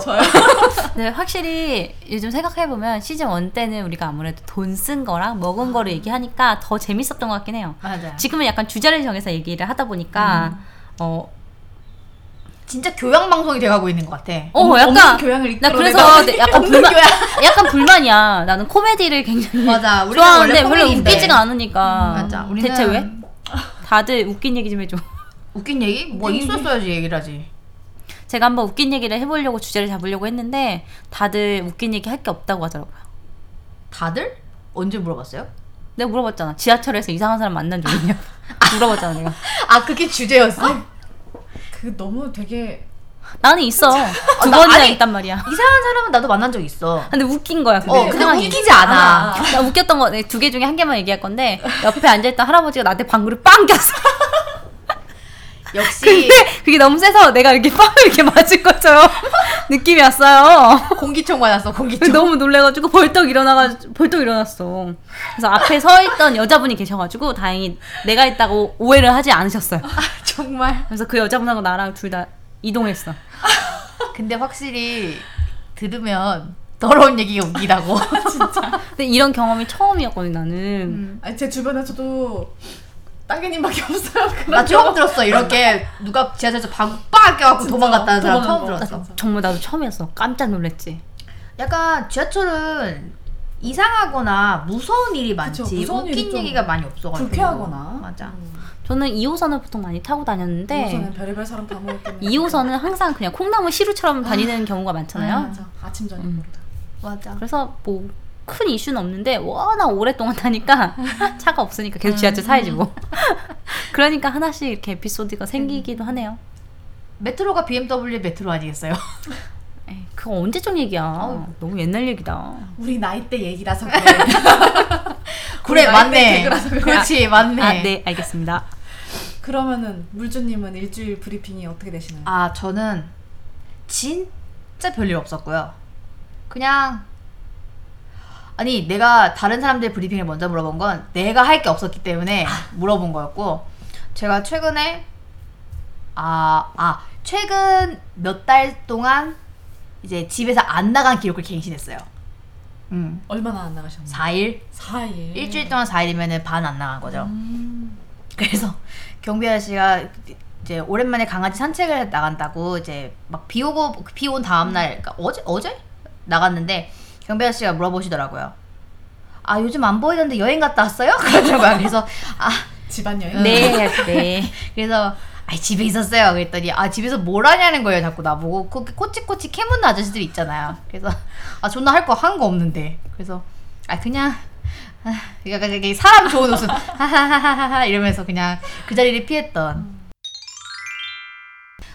C: 네, 확실히 요즘 생각해보면 시즌 1 때는 우리가 아무래도 돈 쓴 거랑 먹은 거를 얘기하니까 더 재밌었던 것 같긴 해요.
B: 맞아
C: 지금은 약간 주제를 정해서 얘기를 하다 보니까
B: 음.
C: 어,
B: 진짜 교양 방송이 돼가고 있는 것 같아.
C: 어 약간
A: 없는 교양을
C: 나
A: 이끌어내는
C: 그래서 내- 약간 불만
B: 교양.
C: 약간 불만이야. 나는 코미디를 굉장히
B: 맞아. 우리는
C: 좋아하는데
B: 원래
C: 별로
B: 코미디인데. 음,
C: 웃기지가 않으니까.
B: 맞아. 우리는
C: 대체 왜? 다들 웃긴 얘기 좀 해줘.
B: 웃긴 얘기? 뭐
A: 웃긴
B: 있었어야지 얘기를 하지.
C: 제가 한번 웃긴 얘기를 해보려고 주제를 잡으려고 했는데 다들 웃긴 얘기 할 게 없다고 하더라고요.
B: 다들 언제 물어봤어요?
C: 내가 물어봤잖아. 지하철에서 이상한 사람 만난 적 있냐고. 물어봤잖아 내가.
B: 아 그게 주제였어?
A: 그 너무 되게
C: 나는 있어. 두
B: 나-
C: 번이나
B: 아니.
C: 있단 말이야.
B: 이상한 사람은 나도 만난 적 있어.
C: 근데 웃긴 거야. 근데
B: 어 근데
C: 상황이.
B: 웃기지 않아.
A: 아.
C: 나 웃겼던 거 네, 두 개 중에 한 개만 얘기할 건데 옆에 앉아있던 할아버지가 나한테 방구를 빵 꼈어.
B: 역시
C: 근데 그게 너무 세서 내가 이렇게 빵을 이렇게 맞은 것처럼 느낌이 왔어요.
B: 공기총 받았어 공기총.
C: 그래서 너무 놀래가지고 벌떡 일어나가 벌떡 일어났어. 그래서 앞에 서 있던 여자분이 계셔가지고 다행히 내가 있다고 오해를 하지 않으셨어요.
B: 정말.
C: 그래서 그 여자분하고 나랑 둘 다 이동했어.
B: 근데 확실히 들으면 더러운 얘기가 웃기다고.
C: 근데 이런 경험이 처음이었거든 나는.
A: 아니, 제 주변에서도 따개님밖에 없어요. 그런
B: 나 처음 들었어 이렇게 누가 지하철에서 방빡 껴갖고 도망갔다는 사람 처음
A: 도망간 거.
B: 들었어.
C: 정말 나도 처음이었어. 깜짝 놀랐지.
B: 약간 지하철은 이상하거나 무서운 일이 많지
A: 그쵸, 무서운 일이
B: 웃긴
A: 좀
B: 얘기가 많이 없어가지고
A: 불쾌하거나. 음.
B: 맞아
C: 저는 2호선을 보통 많이 타고
A: 우선은
C: 다녔는데
A: 별의별 사람 다 모였겠네.
C: 2호선은 항상 그냥 콩나물 시루처럼 다니는 경우가 많잖아요.
A: 맞아. 아침 저녁.
C: 음.
B: 맞아
C: 그래서 뭐 큰 이슈는 없는데 워낙 오랫동안 타니까 차가 없으니까 계속 지하철 타야지 뭐. 그러니까 하나씩 이렇게 에피소드가 생기기도 하네요.
B: 메트로가 BMW 메트로 아니겠어요?
C: 에이, 예, 그거 언제적 얘기야. 너무 옛날 얘기다.
A: 우리 나이 때 얘기라서 그래.
B: 그래
A: 나이대
B: 맞네
A: 개그라서 그래.
B: 그렇지 맞네
C: 아, 네, 알겠습니다.
A: 그러면은 물주님은 일주일 브리핑이 어떻게 되시나요?
B: 아 저는 진짜 별일 없었고요 그냥 아니 내가 다른 사람들 브리핑을 먼저 물어본
A: 아.
B: 건 내가 할 게 없었기 때문에 물어본 거였고 제가 최근에 아, 아, 최근 몇 달 동안 이제 집에서 안 나간 기록을 갱신했어요. 음,
A: 얼마나 안 나가셨나요?
B: 4일?
A: 4일.
B: 일주일 동안 4일이면 반 안 나간 거죠. 그래서 경비 아저씨가 이제 오랜만에 강아지 산책을 나간다고 이제 막 비 오고 비 온 다음 날 그러니까 어제 어제 나갔는데 경비 아저씨가 물어보시더라고요. 아 요즘 안 보이던데 여행 갔다 왔어요? 그러더라고요. 그래서 아
A: 집안 여행.
C: 네, 네.
B: 그래서 아 집에 있었어요. 그랬더니 아 집에서 뭘 하냐는 거예요. 자꾸 나보고 그 꼬치꼬치 캐묻는 아저씨들 있잖아요. 그래서 아 존나 할 거 한 거 없는데 그래서 아 그냥 아, 약간 이게 사람 좋은 웃음 하하하하하 이러면서 그냥 그 자리를 피했던.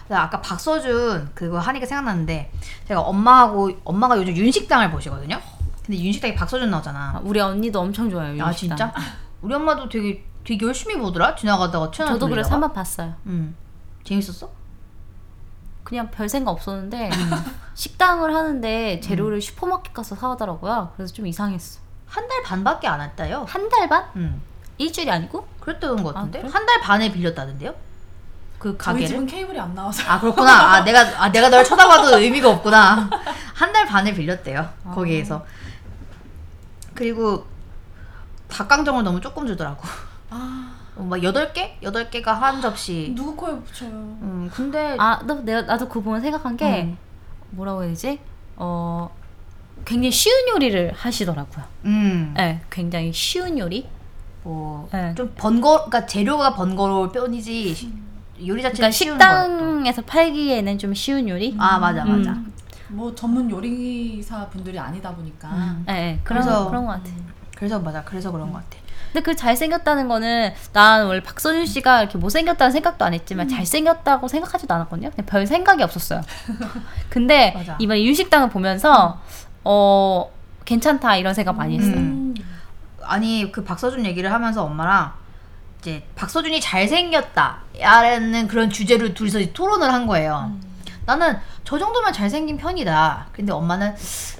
B: 그래서 아까 박서준 그거 하니까 생각났는데 제가 엄마하고 엄마가 요즘 윤식당을 보시거든요. 근데 윤식당에 박서준 나오잖아.
C: 아, 우리 언니도 엄청 좋아요.
B: 아
C: 윤식당.
B: 진짜? 우리 엄마도 되게 되게 열심히 보더라. 지나가다가 채널
C: 저도 그래서
B: 돌리다가.
C: 한 번 봤어요.
B: 음. 재밌었어?
C: 그냥 별 생각 없었는데
B: 음.
C: 식당을 하는데 재료를 슈퍼마켓 가서 사오더라고요. 그래서 좀 이상했어.
B: 한 달 반밖에 안 왔다요.
C: 한 달 반?
B: 음.
C: 일주일이 아니고?
B: 그랬던 것 같은데.
C: 아, 그래?
B: 한 달 반에 빌렸다던데요? 그
A: 저희
B: 가게를?
A: 집은 케이블이 안 나와서.
B: 아, 그렇구나. 아, 내가 아, 내가 널 쳐다봐도 의미가 없구나. 한 달 반을 빌렸대요.
C: 아.
B: 거기에서. 그리고 닭강정을 너무 조금 주더라고.
A: 아,
B: 어, 막 8개? 8개가 한 접시.
A: 누구 코에 붙여요?
B: 음, 근데
C: 아, 나, 내가, 나도 그거 보면 생각한 게
B: 음.
C: 뭐라고 해야 되지? 어, 굉장히 쉬운 요리를 하시더라고요.
B: 음.
C: 네, 굉장히 쉬운 요리?
B: 뭐
C: 네.
B: 좀 번거 그러니까 재료가 번거로울 뿐이지 시- 요리 자체가
C: 그러니까
B: 쉬운 것도.
C: 식당에서 팔기에는 좀 쉬운 요리?
B: 아, 맞아
C: 음.
B: 맞아.
A: 뭐 전문 요리사 분들이 아니다 보니까.
B: 음.
C: 네, 네, 그런,
B: 그래서-
C: 그런 것 같아요.
B: 그래서 맞아. 그래서 그런 것 같아.
C: 근데 그 잘생겼다는 거는 난 원래 박선율 씨가 이렇게 못생겼다는 생각도 안
B: 음.
C: 했지만 잘생겼다고 생각하지도 않았거든요. 그냥 별 생각이 없었어요. 근데
B: 맞아. 음.
C: 이번에 윤식당을 보면서 어 괜찮다 이런 생각 많이 했어요.
A: 음.
B: 아니 그 박서준 얘기를 하면서 엄마랑 이제 박서준이 잘생겼다라는 그런 주제로 둘이서 이제 토론을 한 거예요.
A: 음.
B: 나는 저 정도면 잘생긴 편이다. 근데 엄마는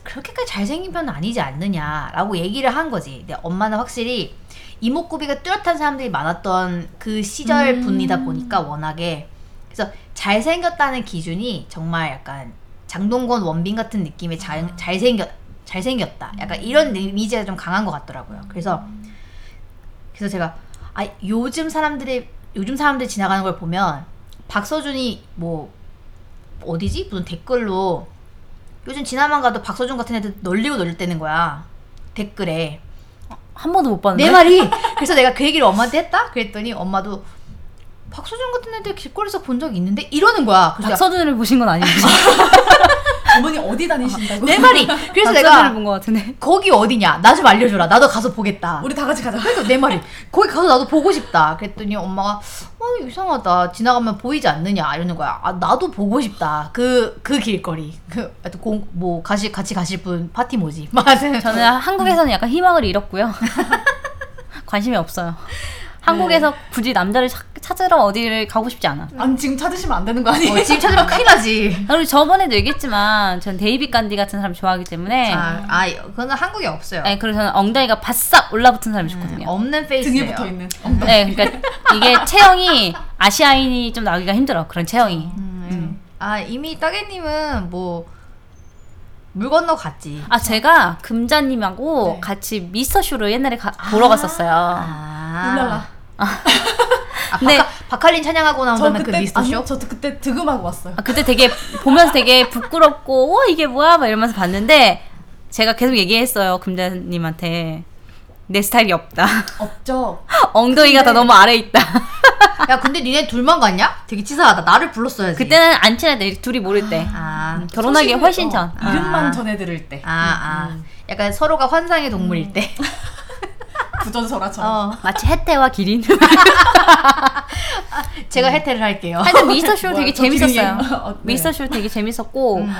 B: 그렇게까지 잘생긴 편은 아니지 않느냐라고 얘기를 한 거지. 근데 엄마는 확실히 이목구비가 뚜렷한 사람들이 많았던 그 시절
A: 음.
B: 분이다 보니까 워낙에 그래서 잘생겼다는 기준이 정말 약간 장동건 원빈 같은 느낌의 잘, 잘생겼 잘생겼다. 약간 이런 이미지가 좀 강한 것 같더라고요. 그래서 그래서 제가 아 요즘 사람들이 요즘 사람들 지나가는 걸 보면 박서준이 뭐 어디지 무슨 댓글로 요즘 지나만 가도 박서준 같은 애들 널리고 널리대는 거야 댓글에
C: 한 번도 못 봤는데.
B: 내 말이 그래서 내가 그 얘기를 엄마한테 했다 그랬더니 엄마도 박서준 같은 애들 길거리에서 본 적 있는데 이러는 거야 그래서
C: 박서준을 보신 건 아니지.
A: 어머니 어디 다니신다고?
B: 내 말이 그래서
C: 박서준을
B: 내가
C: 본 것 같은데.
B: 거기 어디냐 나 좀 알려줘라 나도 가서 보겠다
A: 우리 다 같이 가자.
B: 그러니까 내 말이 거기 가서 나도 보고 싶다 그랬더니 엄마가 어 이상하다 지나가면 보이지 않느냐 이러는 거야 아 나도 보고 싶다 그 그 길거리 그 하여튼 공, 뭐 가시, 같이 가실 분 파티 모집 맞아요
C: 저는 한국에서는 약간 희망을 잃었고요. 관심이 없어요.
B: 네.
C: 한국에서 굳이 남자를 찾- 찾으러 어디를 가고 싶지 않아.
A: 아니 지금 찾으시면 안 되는 거 아니에요?
B: 어, 집 찾으면 큰일 나지
C: 그리고 저번에도 얘기했지만 전 데이비 간디 같은 사람 좋아하기 때문에
B: 아, 아 그건 한국에 없어요 네,
C: 네, 그리고 저는 엉덩이가 바싹 올라붙은 사람이 좋거든요.
B: 없는 페이스예요
A: 등에 붙어 있는.
C: 네, 그러니까 이게 체형이 아시아인이 좀 나오기가 힘들어. 그런 체형이.
B: 음, 음. 아 이미 따개님은 뭐 물 건너 갔지
C: 아, 제가 금자님하고
A: 네.
C: 같이 미스터 쇼를 옛날에 가- 보러 갔었어요.
B: 아,
A: 놀라라.
B: 아,
C: 네.
B: 박하, 박할린 찬양하고
A: 저
B: 나온다는 그
A: 그때
B: 미스터
A: 아니,
B: 쇼
A: 저도 그때 득음하고 왔어요.
C: 아, 그때 되게 보면서 되게 부끄럽고 어, 이게 뭐야 막 이러면서 봤는데 제가 계속 얘기했어요 금자님한테 내 스타일이 없다.
A: 없죠.
C: 엉덩이가 다 너무 아래 있다.
B: 야 근데 니네 둘만 갔냐? 되게 치사하다. 나를 불렀어야지.
C: 그때는 안 친할 때 둘이 모를 때. 음,
B: 아,
C: 결혼하기
A: 소식을-
C: 훨씬
A: 어,
C: 전.
A: 이름만
B: 아.
A: 전해 들을 때.
B: 아, 아. 약간 서로가 환상의 동물일 때.
A: 부전설화처럼.
B: 음. 어.
C: 마치 해태와 기린.
B: 제가 해태를 할게요.
C: 하여튼 미스터 쇼
A: 뭐야,
C: 되게
A: 저 기린이-
C: 재밌었어요.
A: 어, 네.
C: 미스터 쇼 되게 재밌었고
B: 음.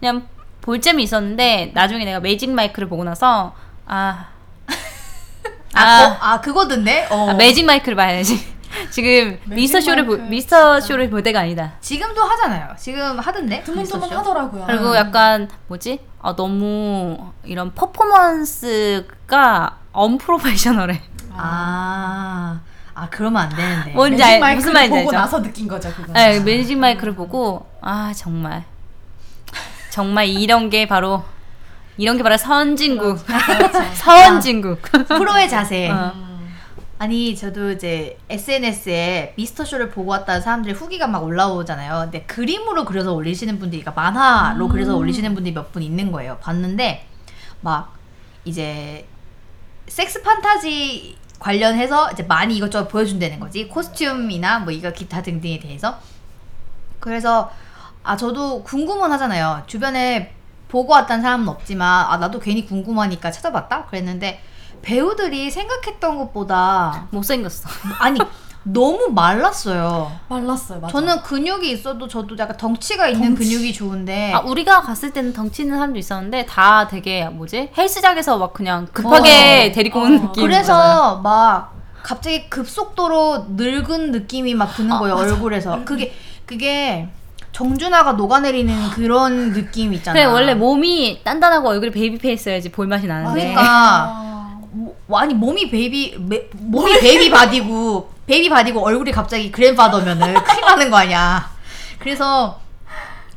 C: 그냥 볼 재미 있었는데 나중에 내가 매직 마이크를 보고 나서 아,
B: 아,
C: 아.
B: 아, 그거 듣네. 어.
C: 아, 매직 마이크를 봐야지. 지금 미스터 쇼를 보,
A: 마이크
C: 미스터 쇼를 볼 때가 아니다.
B: 지금도 하잖아요. 지금 하던데.
A: 드문드문
B: 미스터 쇼.
A: 하더라고요.
C: 그리고
B: 음.
C: 약간 뭐지? 아, 너무 이런 퍼포먼스가 언프로페셔널해.
B: 아. 아 그러면 안 되는데.
C: 뭔지
A: 매직
C: 알-
A: 마이크를
C: 무슨 말인지
A: 보고
C: 알죠?
A: 나서 느낀 거죠 그거.
C: 네, 매직 마이크를 보고 아 정말 정말 이런 게 바로 이런 게 바로 선진국 서원진국
B: 프로의 자세.
C: 어.
A: 음.
B: 아니 저도 이제 SNS에 미스터 쇼를 보고 왔다는 사람들의 후기가 막 올라오잖아요. 근데 그림으로 그려서 올리시는 분들이 그러니까 만화로 그려서 올리시는 분들이 몇 분 있는 거예요. 봤는데 막 이제 섹스 판타지 관련해서 이제 많이 이것저것 보여준다는 거지 코스튬이나 뭐 이거 기타 등등에 대해서 그래서 아 저도 궁금은 하잖아요. 주변에 보고 왔다는 사람은 없지만 아 나도 괜히 궁금하니까 찾아봤다 그랬는데 배우들이 생각했던 것보다
C: 못생겼어
B: 아니 너무 말랐어요.
A: 말랐어요. 맞아.
B: 저는 근육이 있어도 저도 약간 덩치가 있는
A: 덩치.
B: 근육이 좋은데
C: 아 우리가 갔을 때는 덩치 있는 사람도 있었는데 다 되게 뭐지 헬스장에서 막 그냥 급하게
B: 어.
C: 데리고 온
A: 어.
C: 느낌
B: 그래서 막 갑자기 급속도로 늙은 느낌이 막
C: 아,
B: 드는 거예요 얼굴에서 그게 그게 정준하가 녹아내리는 그런 느낌 있잖아.
C: 그래 원래 뭐 몸이 단단하고 얼굴이 베이비 페이스여야지 볼맛이 나는데
B: 그러니까
A: 아.
B: 뭐, 아니 몸이 베이비 메- 몸이 베이비 바디고 베이비 바디고 얼굴이 갑자기 그랜파더면은 큰일 나는 거 아니야. 그래서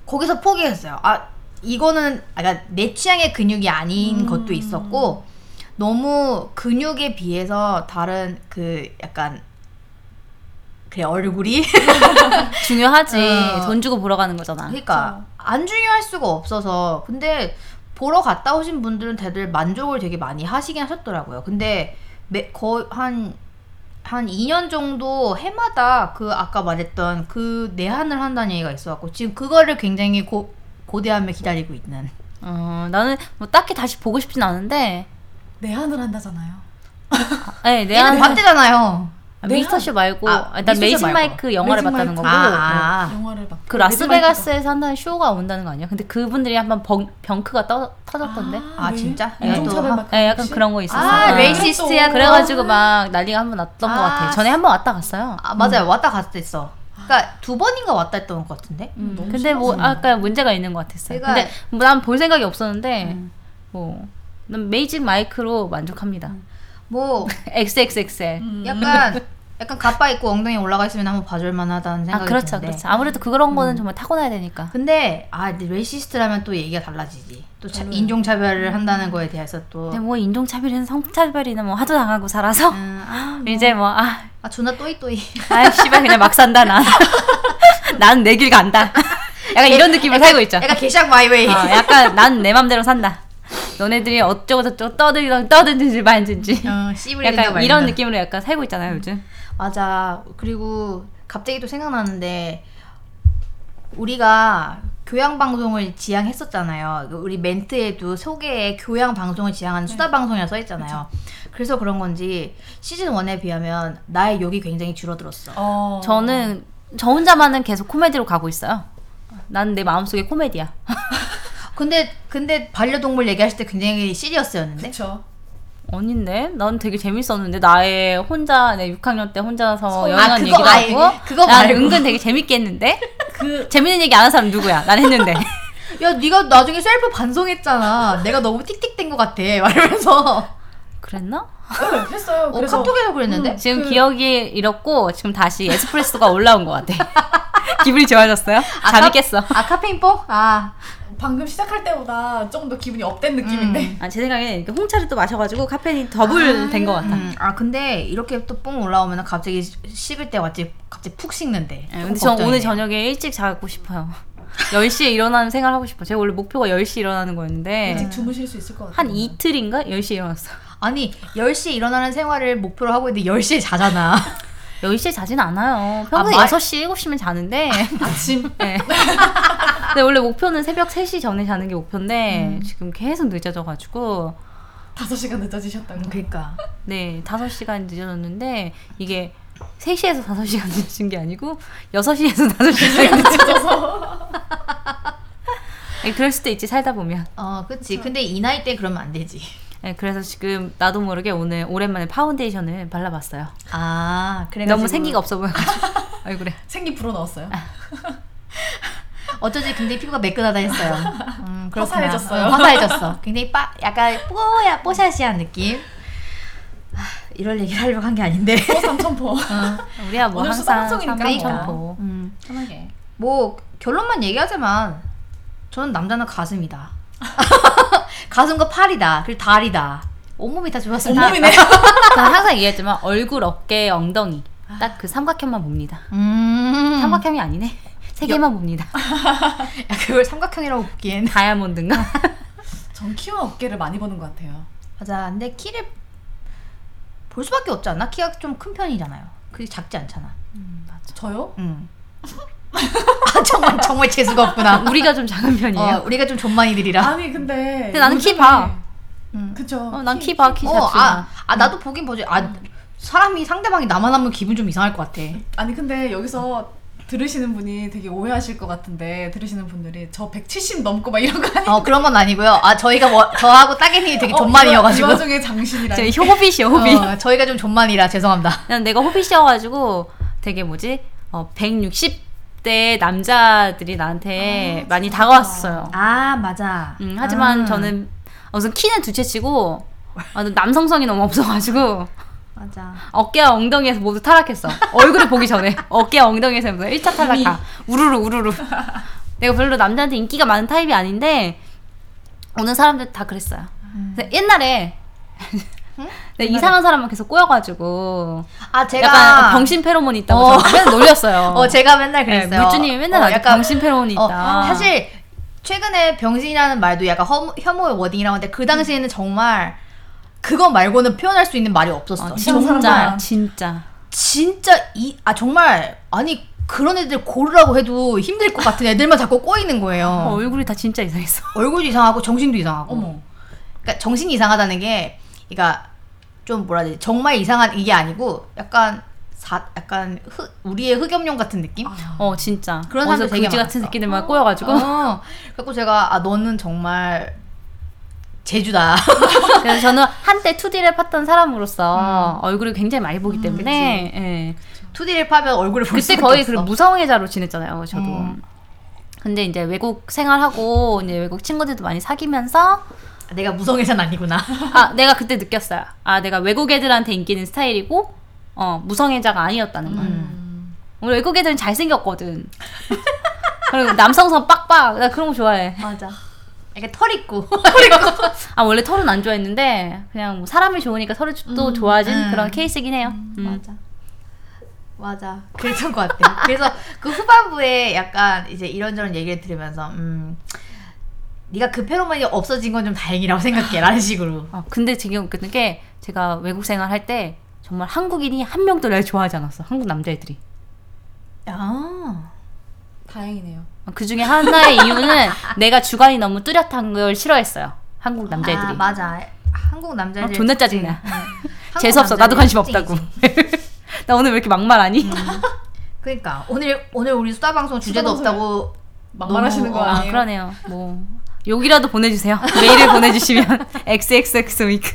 B: 거기서 포기했어요. 아 이거는 아까 그러니까 내 취향의 근육이 아닌
A: 음.
B: 것도 있었고 너무 근육에 비해서 다른 그 약간 그래 얼굴이
C: 중요하지
B: 어.
C: 돈 주고 보러 가는 거잖아
B: 그러니까 안 중요할 수가 없어서 근데 보러 갔다 오신 분들은 다들 만족을 되게 많이 하시긴 하셨더라고요. 근데 매, 거의 한한 2년 정도 해마다 그 아까 말했던 그 내한을 한다는 얘기가 있어갖고 지금 그거를 굉장히 고, 고대하며 기다리고 있는.
C: 어, 나는 뭐 딱히 다시 보고 싶진 않은데
A: 내한을 한다잖아요.
C: 네, 내
B: 얘는
C: 안에
B: 봤대잖아요.
C: 아, 미스터쇼 말고
B: 아,
C: 아, 난
B: 미스터쇼
C: 메이직
B: 말고.
C: 마이크 영화를
A: 매직
C: 봤다는
A: 마이크. 네,
C: 거고
B: 아, 아.
A: 영화를 막.
C: 그 라스베가스에서 한다는 쇼가 온다는 거 아니야? 근데 그분들이 한번 벙, 병크가 떠, 터졌던데.
B: 아, 진짜?
C: 예.
A: 네. 인종차별 막.
C: 예, 약간 그런 거 있었어.
B: 아,
C: 어.
B: 레이시스트야.
C: 그래가지고 막 난리가 한 번 났던 것
B: 아.
C: 같아. 전에 한 번 왔다 갔어요.
B: 아 맞아요 왔다 갔다 했어. 그러니까 두 번인가 왔다 했던 것 같은데.
C: 음,
A: 너무
C: 근데 뭐
A: 심하잖아.
C: 아까 문제가 있는 것 같았어요.
B: 제가- 음.
C: 근데 뭐 난 볼 생각이 없었는데 뭐. 난 메이직 마이크로 만족합니다.
B: 뭐
C: XXXL.
B: 음. 약간 약간 가빠 있고 엉덩이 올라가 있으면 한번 봐줄만하다는
C: 아
B: 생각이
C: 그렇죠,
B: 드는데. 음.
C: 그렇죠. 아무래도 그런 거는 정말 타고나야 되니까.
B: 근데 아 근데 레이시스트라면 또 얘기가 달라지지. 또 차-
A: 별로야.
B: 인종차별을 한다는 거에 대해서 또
C: 근데 음. 뭐 인종차별이나 성차별이나 뭐 하도 당하고 살아서
B: 음, 아,
C: 이제 뭐아
B: 아 존나 또이 또이.
C: 아이 씨발 그냥 막 산다 난. 난 내 길 간다. 약간 이런 느낌으로 살고 있죠.
B: 약간 개샥 마이웨이.
C: 어, 약간 난 내 맘대로 산다. 너네들이 어쩌고 저쩌고 떠들던 떠든지 말든지.
B: 어, 씨부리
C: 예. 약간 이런 느낌으로 약간 살고 있잖아요 요즘.
B: 맞아. 그리고 갑자기 또 생각나는데 우리가 교양 방송을 지향했었잖아요. 그 우리 멘트에도 소개에 교양 방송을
C: 네.
B: 지향하는 수다 방송이라 써 있잖아요. 그래서 그런 건지 시즌 1에 비하면 나의 욕이 굉장히 줄어들었어.
C: 아,
A: 어.
C: 저는 저 혼자만은 계속 코미디로 가고 있어요. 난 내 마음속에 코미디야.
B: 근데 근데 반려동물 얘기하실 때 굉장히 시리어스였는데.
A: 그쵸.
C: 아닌데? 난 되게 재밌었는데 나의 혼자 내 6학년 때 혼자서
A: 서-
C: 영화
B: 아,
C: 한
B: 그거
C: 얘기도
B: 아예-
C: 하고
B: 그거
C: 난
B: 말고. 그
C: 은근 되게 재밌게 했는데 재밌는 얘기 안 한 사람 누구야? 난 했는데
B: 야, 네가 나중에 셀프 반성했잖아. 내가 너무 틱틱댄 것 같아. 말하면서.
C: 그랬나?
A: 네, 했어요.
B: 어,
A: 그래서
B: 카톡에서 그랬는데.
C: 지금 기억이 잃었고 지금 다시 에스프레소가 올라온 것 같아 기분이 좋아졌어요?
B: 카-
C: 잠이 깼어
B: 아, 카페인 뽀? 아.
A: 방금 시작할 때보다 좀 더 기분이 업된 느낌인데.
C: 아, 제 생각엔 이렇게 홍차를 또 마셔가지고 카페인이 더블 된 것 같아
B: 음, 아, 근데 이렇게 또 뽕 올라오면 갑자기 씹을 때 왔지. 갑자기 푹 식는데.
C: 예,
B: 조금
C: 근데 저 오늘
B: 걱정이네요.
C: 저녁에 일찍 자고 싶어요 10시에 일어나는 생활 하고 싶어 제가 원래 목표가 10시에 일어나는 거였는데
A: 일찍 주무실 수 있을 것 같아요.
C: 네. 한 이틀인가 10시에 일어났어
B: 아니, 10시 일어나는 생활을 목표로 하고 있는데 10시에 자잖아.
C: 10시에 자진 않아요. 평소에
B: 아, 말-
C: 6시, 7시면 자는데.
A: 아침.
C: 네. 근데 원래 목표는 새벽 3시 전에 자는 게
B: 음.
C: 목표인데, 지금 계속 늦어져가지고,
A: 5시간 늦어지셨다고.
B: 그러니까.
C: 네, 5시간 늦어졌는데, 이게 3시에서 5시간 늦은 게 아니고, 6시에서 5시간
A: 늦어져서.
C: 네, 그럴 수도 있지, 살다 보면.
B: 어, 그치. 근데 이 나이 때 그러면 안 되지.
C: 네, 그래서 지금 나도 모르게 오늘 오랜만에 파운데이션을 발라봤어요.
B: 아, 그래
C: 너무 생기가 없어 보여가지고. 얼굴에.
A: 생기 불어 넣었어요.
B: 어쩐지 굉장히 피부가 매끈하다 했어요. 음, 그렇구나.
A: 화사해졌어요.
B: 어, 화사해졌어. 굉장히 빠, 약간 뽀야 뽀샤시한 느낌. 아, 이럴 얘기를 하려고 한 게 아닌데.
A: 또 삼천포.
C: 우리야 뭐
A: 오늘 수다
C: 항상
A: 방송이니까 그러니까.
C: 삼천포
B: 음,
C: 편하게.
B: 뭐 결론만 얘기하자면 저는 남자는 가슴이다. 가슴과 팔이다. 그리고 다리다. 온몸이 다 좋았습니다.
A: 온몸이네.
C: 난 항상 얘기했지만 얼굴, 어깨, 엉덩이 딱 그 삼각형만 봅니다.
B: 음.
C: 삼각형이 아니네. 세 개만 봅니다.
B: 야, 그걸 삼각형이라고 보기엔.
C: 다이아몬드인가?
A: 전 키와 어깨를 많이 보는 것 같아요.
B: 맞아. 근데 키를 볼 수밖에 없지 않나? 키가 좀 큰 편이잖아요. 그게 작지 않잖아.
A: 저요?
B: 음. 아, 정말 정말 재수가 없구나.
C: 우리가 좀 작은 편이에요.
B: 어, 우리가 좀 존만이들이라.
A: 아니 근데.
C: 근데 나는 키
A: 요즘에-
C: 봐.
B: 음.
A: 그쵸.
C: 어, 난 키 봐, 키
B: 어,
C: 작지
B: 아,
C: 마.
B: 아 나도 보긴 보지. 아 사람이 상대방이 나만 하면 기분 좀 이상할 것 같아.
A: 아니 근데 여기서 들으시는 분이 되게 오해하실 것 같은데 들으시는 분들이 저 170 넘고 막 이런 거 아니?
B: 어 그런 건 아니고요. 아 저희가 뭐, 저하고 따개님이 되게
A: 이
B: 존만이어가지고.
A: 와중에 장신이라.
C: 저희 호빗이요, 호빗.
B: 어, 저희가 좀 존만이라 죄송합니다.
C: 난 내가 호빗이어가지고 되게 뭐지? 어, 160대 남자들이 나한테
A: 아,
C: 많이
A: 진짜.
C: 다가왔어요.
B: 아 맞아.
C: 음, 하지만 저는 우선 키는 둘째치고 아, 남성성이 너무 없어가지고
B: 맞아.
C: 어깨와 엉덩이에서 모두 타락했어. 얼굴을 보기 전에 어깨와 엉덩이에서 모두 1차 타락하. 우르르 우르르. 내가 별로 남자한테 인기가 많은 타입이 아닌데 오는 사람들 다 그랬어요.
B: 음.
C: 근데 옛날에 내 이상한 사람만 계속 꼬여가지고
B: 아 제가
C: 약간 병신 페로몬이 있다고
B: 어.
C: 저한테 맨날 놀렸어요.
B: 어 제가 맨날
C: 네,
B: 그랬어요.
C: 물주님이 맨날
B: 어,
C: 나한테
B: 약간
C: 병신 페로몬이 있다.
B: 어, 사실 최근에 병신이라는 말도 약간 혐, 혐오의 워딩이라고 하는데 그 당시에는 정말 그거 말고는 표현할 수 있는 말이 없었어.
C: 어,
A: 이상한
C: 진짜
A: 사람만.
C: 진짜
B: 진짜 이 아 정말 아니 그런 애들 고르라고 해도 힘들 것 같은 애들만 자꾸 꼬이는 거예요.
C: 어, 얼굴이 다 진짜 이상했어.
B: 얼굴도 이상하고 정신도 이상하고.
A: 어머.
B: 그러니까 정신이 이상하다는 게 그러니까 좀 뭐라 해야 되지? 정말 이상한 이게 아니고 약간 사 약간 흑, 우리의 흑염룡 같은 느낌?
C: 어 진짜
B: 그런
C: 어디서
B: 사람들 되게
C: 그지 같은
B: 많았어.
C: 새끼들만 꼬여가지고
B: 어. 그래서 제가 아 너는 정말 제주다.
C: 그래서 저는 한때 2D를 팠던
B: 음.
C: 사람으로서 얼굴을 굉장히 많이 보기 때문에 예.
B: 2D를 파면 얼굴을 볼
C: 그때
B: 수밖에
C: 거의
B: 없어.
C: 그 무성애자로 지냈잖아요 저도
B: 음.
C: 근데 이제 외국 생활하고 이제 외국 친구들도 많이 사귀면서
B: 아, 내가 무성애자는 아니구나.
C: 아 내가 그때 느꼈어요 아 내가 외국 애들한테 인기는 스타일이고 어 무성애자가 아니었다는 걸
A: 음.
C: 우리 외국 애들은 잘생겼거든 그리고 남성성 빡빡 나 그런 거 좋아해
B: 맞아. 이렇게 털 있고.
C: 아 원래 털은 안 좋아했는데 그냥 뭐 사람이 좋으니까 털이 또 좋아진
B: 음.
C: 그런 케이스긴 해요 음.
B: 맞아. 맞아. 그랬던 것 같아. 그래서 그 후반부에 약간 이제 이런저런 얘기를 들으면서 음 네가 그 페로몬이 없어진 건 좀 다행이라고 생각해. 라는 식으로.
C: 아, 근데 되게 웃겼던 게 제가 외국 생활할 때 정말 한국인이 한 명도 날 좋아하지 않았어. 한국 남자애들이.
B: 아.
A: 다행이네요.
C: 그 중에 하나의 이유는 내가 주관이 너무 뚜렷한 걸 싫어했어요. 한국 남자애들이.
B: 아, 맞아. 한국
C: 어,
B: 남자애들
C: 존나
B: 특징.
C: 짜증나.
B: 한국
C: 재수없어. 나도
B: 남자애들
C: 관심
B: 특징이지. 음,
C: 없다고. 나 오늘 왜 이렇게 막말하니?
B: 그러니까 오늘 오늘 우리 수다 방송 주제도
A: 수다
B: 없다고
A: 막말하시는
B: 너무-
A: 거
B: 어,
C: 아,
A: 아니에요?
C: 그러네요. 뭐. 욕이라도 보내주세요. 메일을 보내주시면 xxx week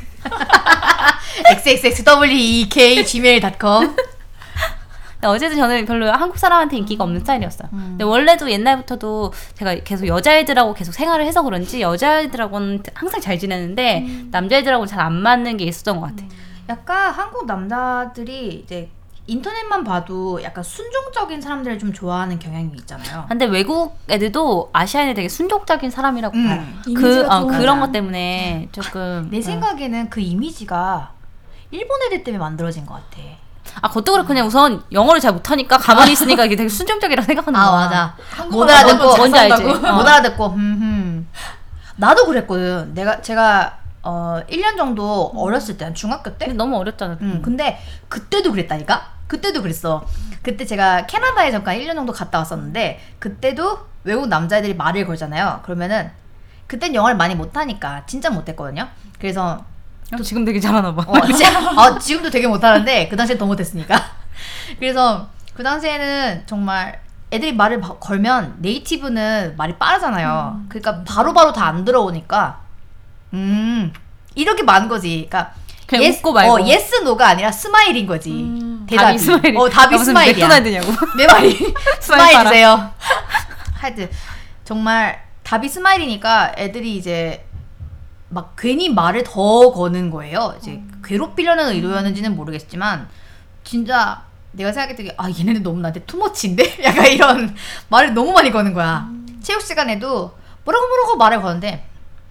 B: xxxwekgmail.com
C: 근데 그러니까 어제도 저는 별로 한국 사람한테 인기가 없는 스타일이었어요.
B: 음.
C: 근데 원래도 옛날부터도 제가 계속 여자애들하고 계속 생활을 해서 그런지 여자애들하고는 항상 잘 지내는데
B: 음.
C: 남자애들하고는 잘 안 맞는 게 있었던 것 같아.
B: 약간 한국 남자들이 이제 인터넷만 봐도 약간 순종적인 사람들을 좀 좋아하는 경향이 있잖아요.
C: 근데 외국 애들도 아시아인이 되게 순종적인 사람이라고
B: 음.
C: 봐요. 그,
A: 이미지가
C: 어,
A: 좀
C: 그런 것 때문에 조금.
B: 네. 아, 내
C: 어.
B: 생각에는 그 이미지가 일본 애들 때문에 만들어진 것 같아.
C: 아, 그것도 그렇고 그냥 우선 영어를 잘 못하니까 가만히 있으니까 이게 되게 순종적이라고 생각하는 거야.
B: 아, 못
A: 아, 한국어가
B: 알아듣고
A: 너무
C: 뭔지 알지?
A: 잘한다고.
C: 어.
B: 못 알아듣고 흠흠. 나도 그랬거든. 내가 제가 어 1년 정도 어렸을 때, 한 중학교 때.
C: 근데 너무 어렸잖아.
B: 음, 근데 그때도 그랬다니까? 그때도 그랬어. 그때 제가 캐나다에 잠깐 1년 정도 갔다 왔었는데, 그때도 외국 남자애들이 말을 걸잖아요. 그러면은, 그땐 영어를 많이 못하니까, 진짜 못했거든요. 그래서,
C: 어, 지금 되게 잘하나 봐.
B: 어, 지, 어, 지금도 되게 못하는데, 그 당시엔 더 못했으니까. 그래서, 그 당시에는 정말, 애들이 말을 바- 걸면, 네이티브는 말이 빠르잖아요.
C: 음.
B: 그러니까, 바로바로 다 안 들어오니까, 음, 이렇게 많은 거지. 그러니까,
C: 그냥
B: yes-
C: 웃고 말고.
B: 어, 예스 노가 아니라 스마일인 거지.
A: 음.
B: 대답이.
C: 답이 스마일이.
B: 어,
C: 아,
B: 답이
C: 무슨
B: 스마일이야.
C: 맥도날드냐고.
B: 내 말이
C: 스마일
B: 스마일
C: 봐라.
B: 주세요. 하여튼 정말 답이 스마일이니까 애들이 이제 막 괜히 말을 더 거는 거예요. 이제 괴롭히려는 의도였는지는 모르겠지만 진짜 내가 생각했더니 아 얘네는 너무 나한테 투머치인데 약간 이런 말을 너무 많이 거는 거야. 체육 시간에도 뭐라고 뭐라고 말을 거는데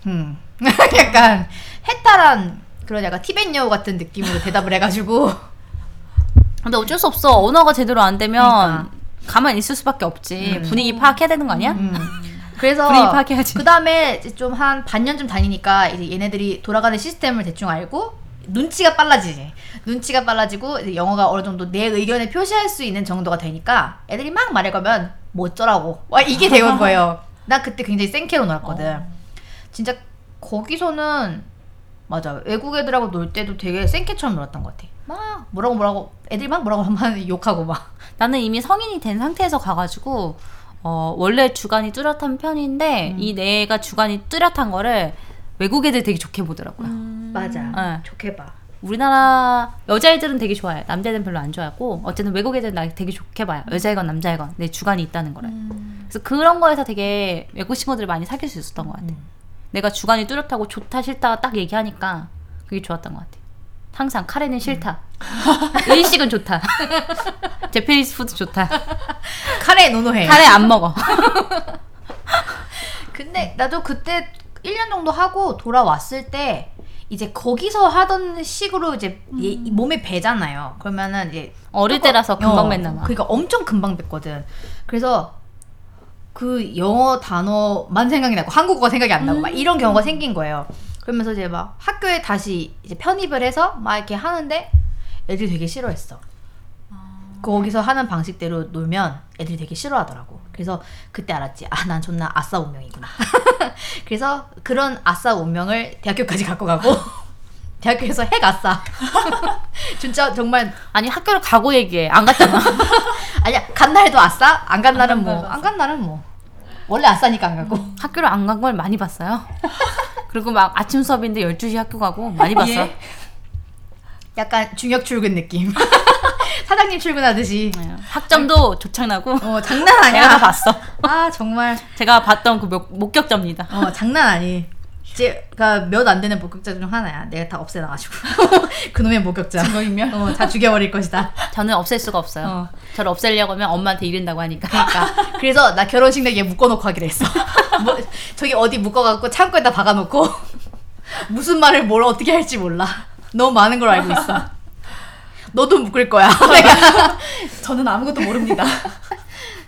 B: 음 약간 해탈한 그런 약간 티벳 여우 같은 느낌으로 대답을 해가지고
C: 근데 어쩔 수 없어. 언어가 제대로 안 되면
B: 그러니까.
C: 가만히 있을 수밖에 없지.
B: 음.
C: 분위기 파악해야 되는 거 아니야?
B: 음. 그래서
C: 분위기 파악해야지.
B: 그 다음에 좀 한 반년쯤 다니니까 이제 얘네들이 돌아가는 시스템을 대충 알고 눈치가 빨라지지. 눈치가 빨라지고 이제 영어가 어느 정도 내 의견을 표시할 수 있는 정도가 되니까 애들이 막 말해 가면 뭐 어쩌라고. 와 이게 되는 거예요. 나 그때 굉장히 생캐로 놀았거든.
C: 어.
B: 진짜 거기서는 맞아 외국 애들하고 놀 때도 되게 생캐처럼 놀았던 것 같아. 막 뭐라고 뭐라고 애들이 막 뭐라고 하면 욕하고 막.
C: 나는 이미 성인이 된 상태에서 가가지고 어, 원래 주관이 뚜렷한
B: 음.
C: 편인데 이 내가 주관이 뚜렷한 거를 외국 애들 되게 좋게 보더라고요.
B: 음.
C: 네.
B: 좋게 봐.
C: 우리나라 여자애들은 되게 좋아해요. 남자애들은 별로 안 좋아하고 어쨌든 외국 애들은 나 되게 좋게 봐요. 여자애건 남자애건 내 주관이 있다는 거를.
B: 음.
C: 그래서 그런 거에서 되게 외국 친구들을 많이 사귈 수 있었던 것 같아.
B: 음.
C: 요 내가 주관이 뚜렷하고 좋다 싫다가 딱 얘기하니까 그게 좋았던 것 같아. 요 항상 카레는
B: 음.
C: 싫다. 일식은 좋다. 제페리스 푸드 좋다.
B: 카레 노노해.
C: 카레 안 먹어.
B: 근데 나도 그때 1년 정도 하고 돌아왔을 때 이제 거기서 하던 식으로 이제 이- 이 몸에 배잖아요. 그러면은 이제
C: 어릴 때라서
B: 어,
C: 금방 맺나 봐.
B: 그러니까 엄청 금방 뱉거든. 그래서 그 영어 단어만 생각이 나고 한국어가 생각이 안 나고 막 이런
C: 음.
B: 경우가 생긴 거예요. 그러면서 이제 막 학교에 다시 이제 편입을 해서 막 이렇게 하는데 애들이 되게 싫어했어.
C: 아.
B: 거기서 하는 방식대로 놀면 애들이 되게 싫어하더라고. 그래서 그때 알았지. 아, 난 존나 아싸 운명이구나. 그래서 그런 아싸 운명을 대학교까지 갖고 가고 대학교에서 핵 아싸. 진짜 정말
C: 아니 학교를 가고 얘기해. 안 갔잖아.
B: 아니야 간 날도 아싸 안 음. 간 날은 뭐
A: 날도
B: 안 간 날은 뭐 원래 아싸니까 안 가고
C: 학교를 안 간 걸 많이 봤어요. 그리고 막 아침 수업인데 12시 학교 가고 많이 봤어.
B: 예. 약간 중역 출근 느낌 사장님 출근하듯이
C: 네. 학점도 조창나고
B: 어 장난
C: 제가 다
B: 아니야
C: 봤어.
B: 아 정말
C: 제가 봤던 그 목, 목격자입니다.
B: 어 장난 아니 제가 그러니까 몇 안 되는 목격자 중 하나야 내가 다 없애놔가지고 그놈의 목격자 증거인멸 어다 죽여버릴 것이다
C: 저는 없앨 수가 없어요.
B: 어.
C: 저를 없애려고 하면 엄마한테 이른다고 하니까.
B: 그러니까 그래서 나 결혼식 날 얘 묶어놓고 하기로 했어 뭐, 저기 어디 묶어갖고 창고에다 박아놓고 무슨 말을 뭘 어떻게 할지 몰라 너무 많은 걸 알고 있어 너도 묶을 거야 내가
A: 저는 아무것도 모릅니다.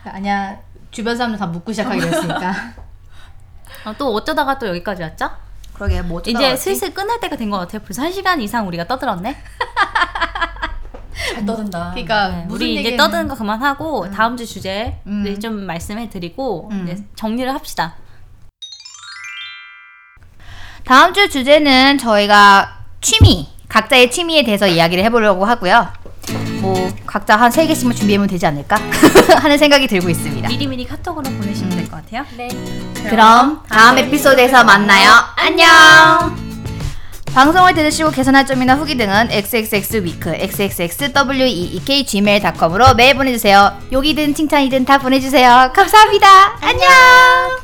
B: 아니야 주변 사람들 다 묶고 시작하기로 했으니까
C: 어, 또 어쩌다가 또 여기까지 왔죠?
B: 그러게 뭐
C: 이제 슬슬 끝날 때가 된 것 같아요. 벌써 1시간 이상 우리가 떠들었네.
A: 잘 떠든다.
B: 그러니까
C: 네,
B: 무슨
C: 우리 이제
B: 얘기는-
C: 떠드는 거 그만하고 다음 주 주제를
B: 음.
C: 좀 말씀해 드리고
B: 음.
C: 이제 정리를 합시다.
B: 다음 주 주제는 저희가 취미 각자의 취미에 대해서 이야기를 해보려고 하고요 뭐 각자 한 세 개씩만 준비하면 되지 않을까 하는 생각이 들고 있습니다
C: 미리미리 카톡으로 보내시면 될 것 같아요.
A: 네.
B: 그럼 다음 에피소드에서 만나요. 안녕. 방송을 들으시고 개선할 점이나 후기 등은 xxxweek xxxweekgmail.com으로 메일 보내주세요. 욕이든 칭찬이든 다 보내주세요. 감사합니다. 안녕.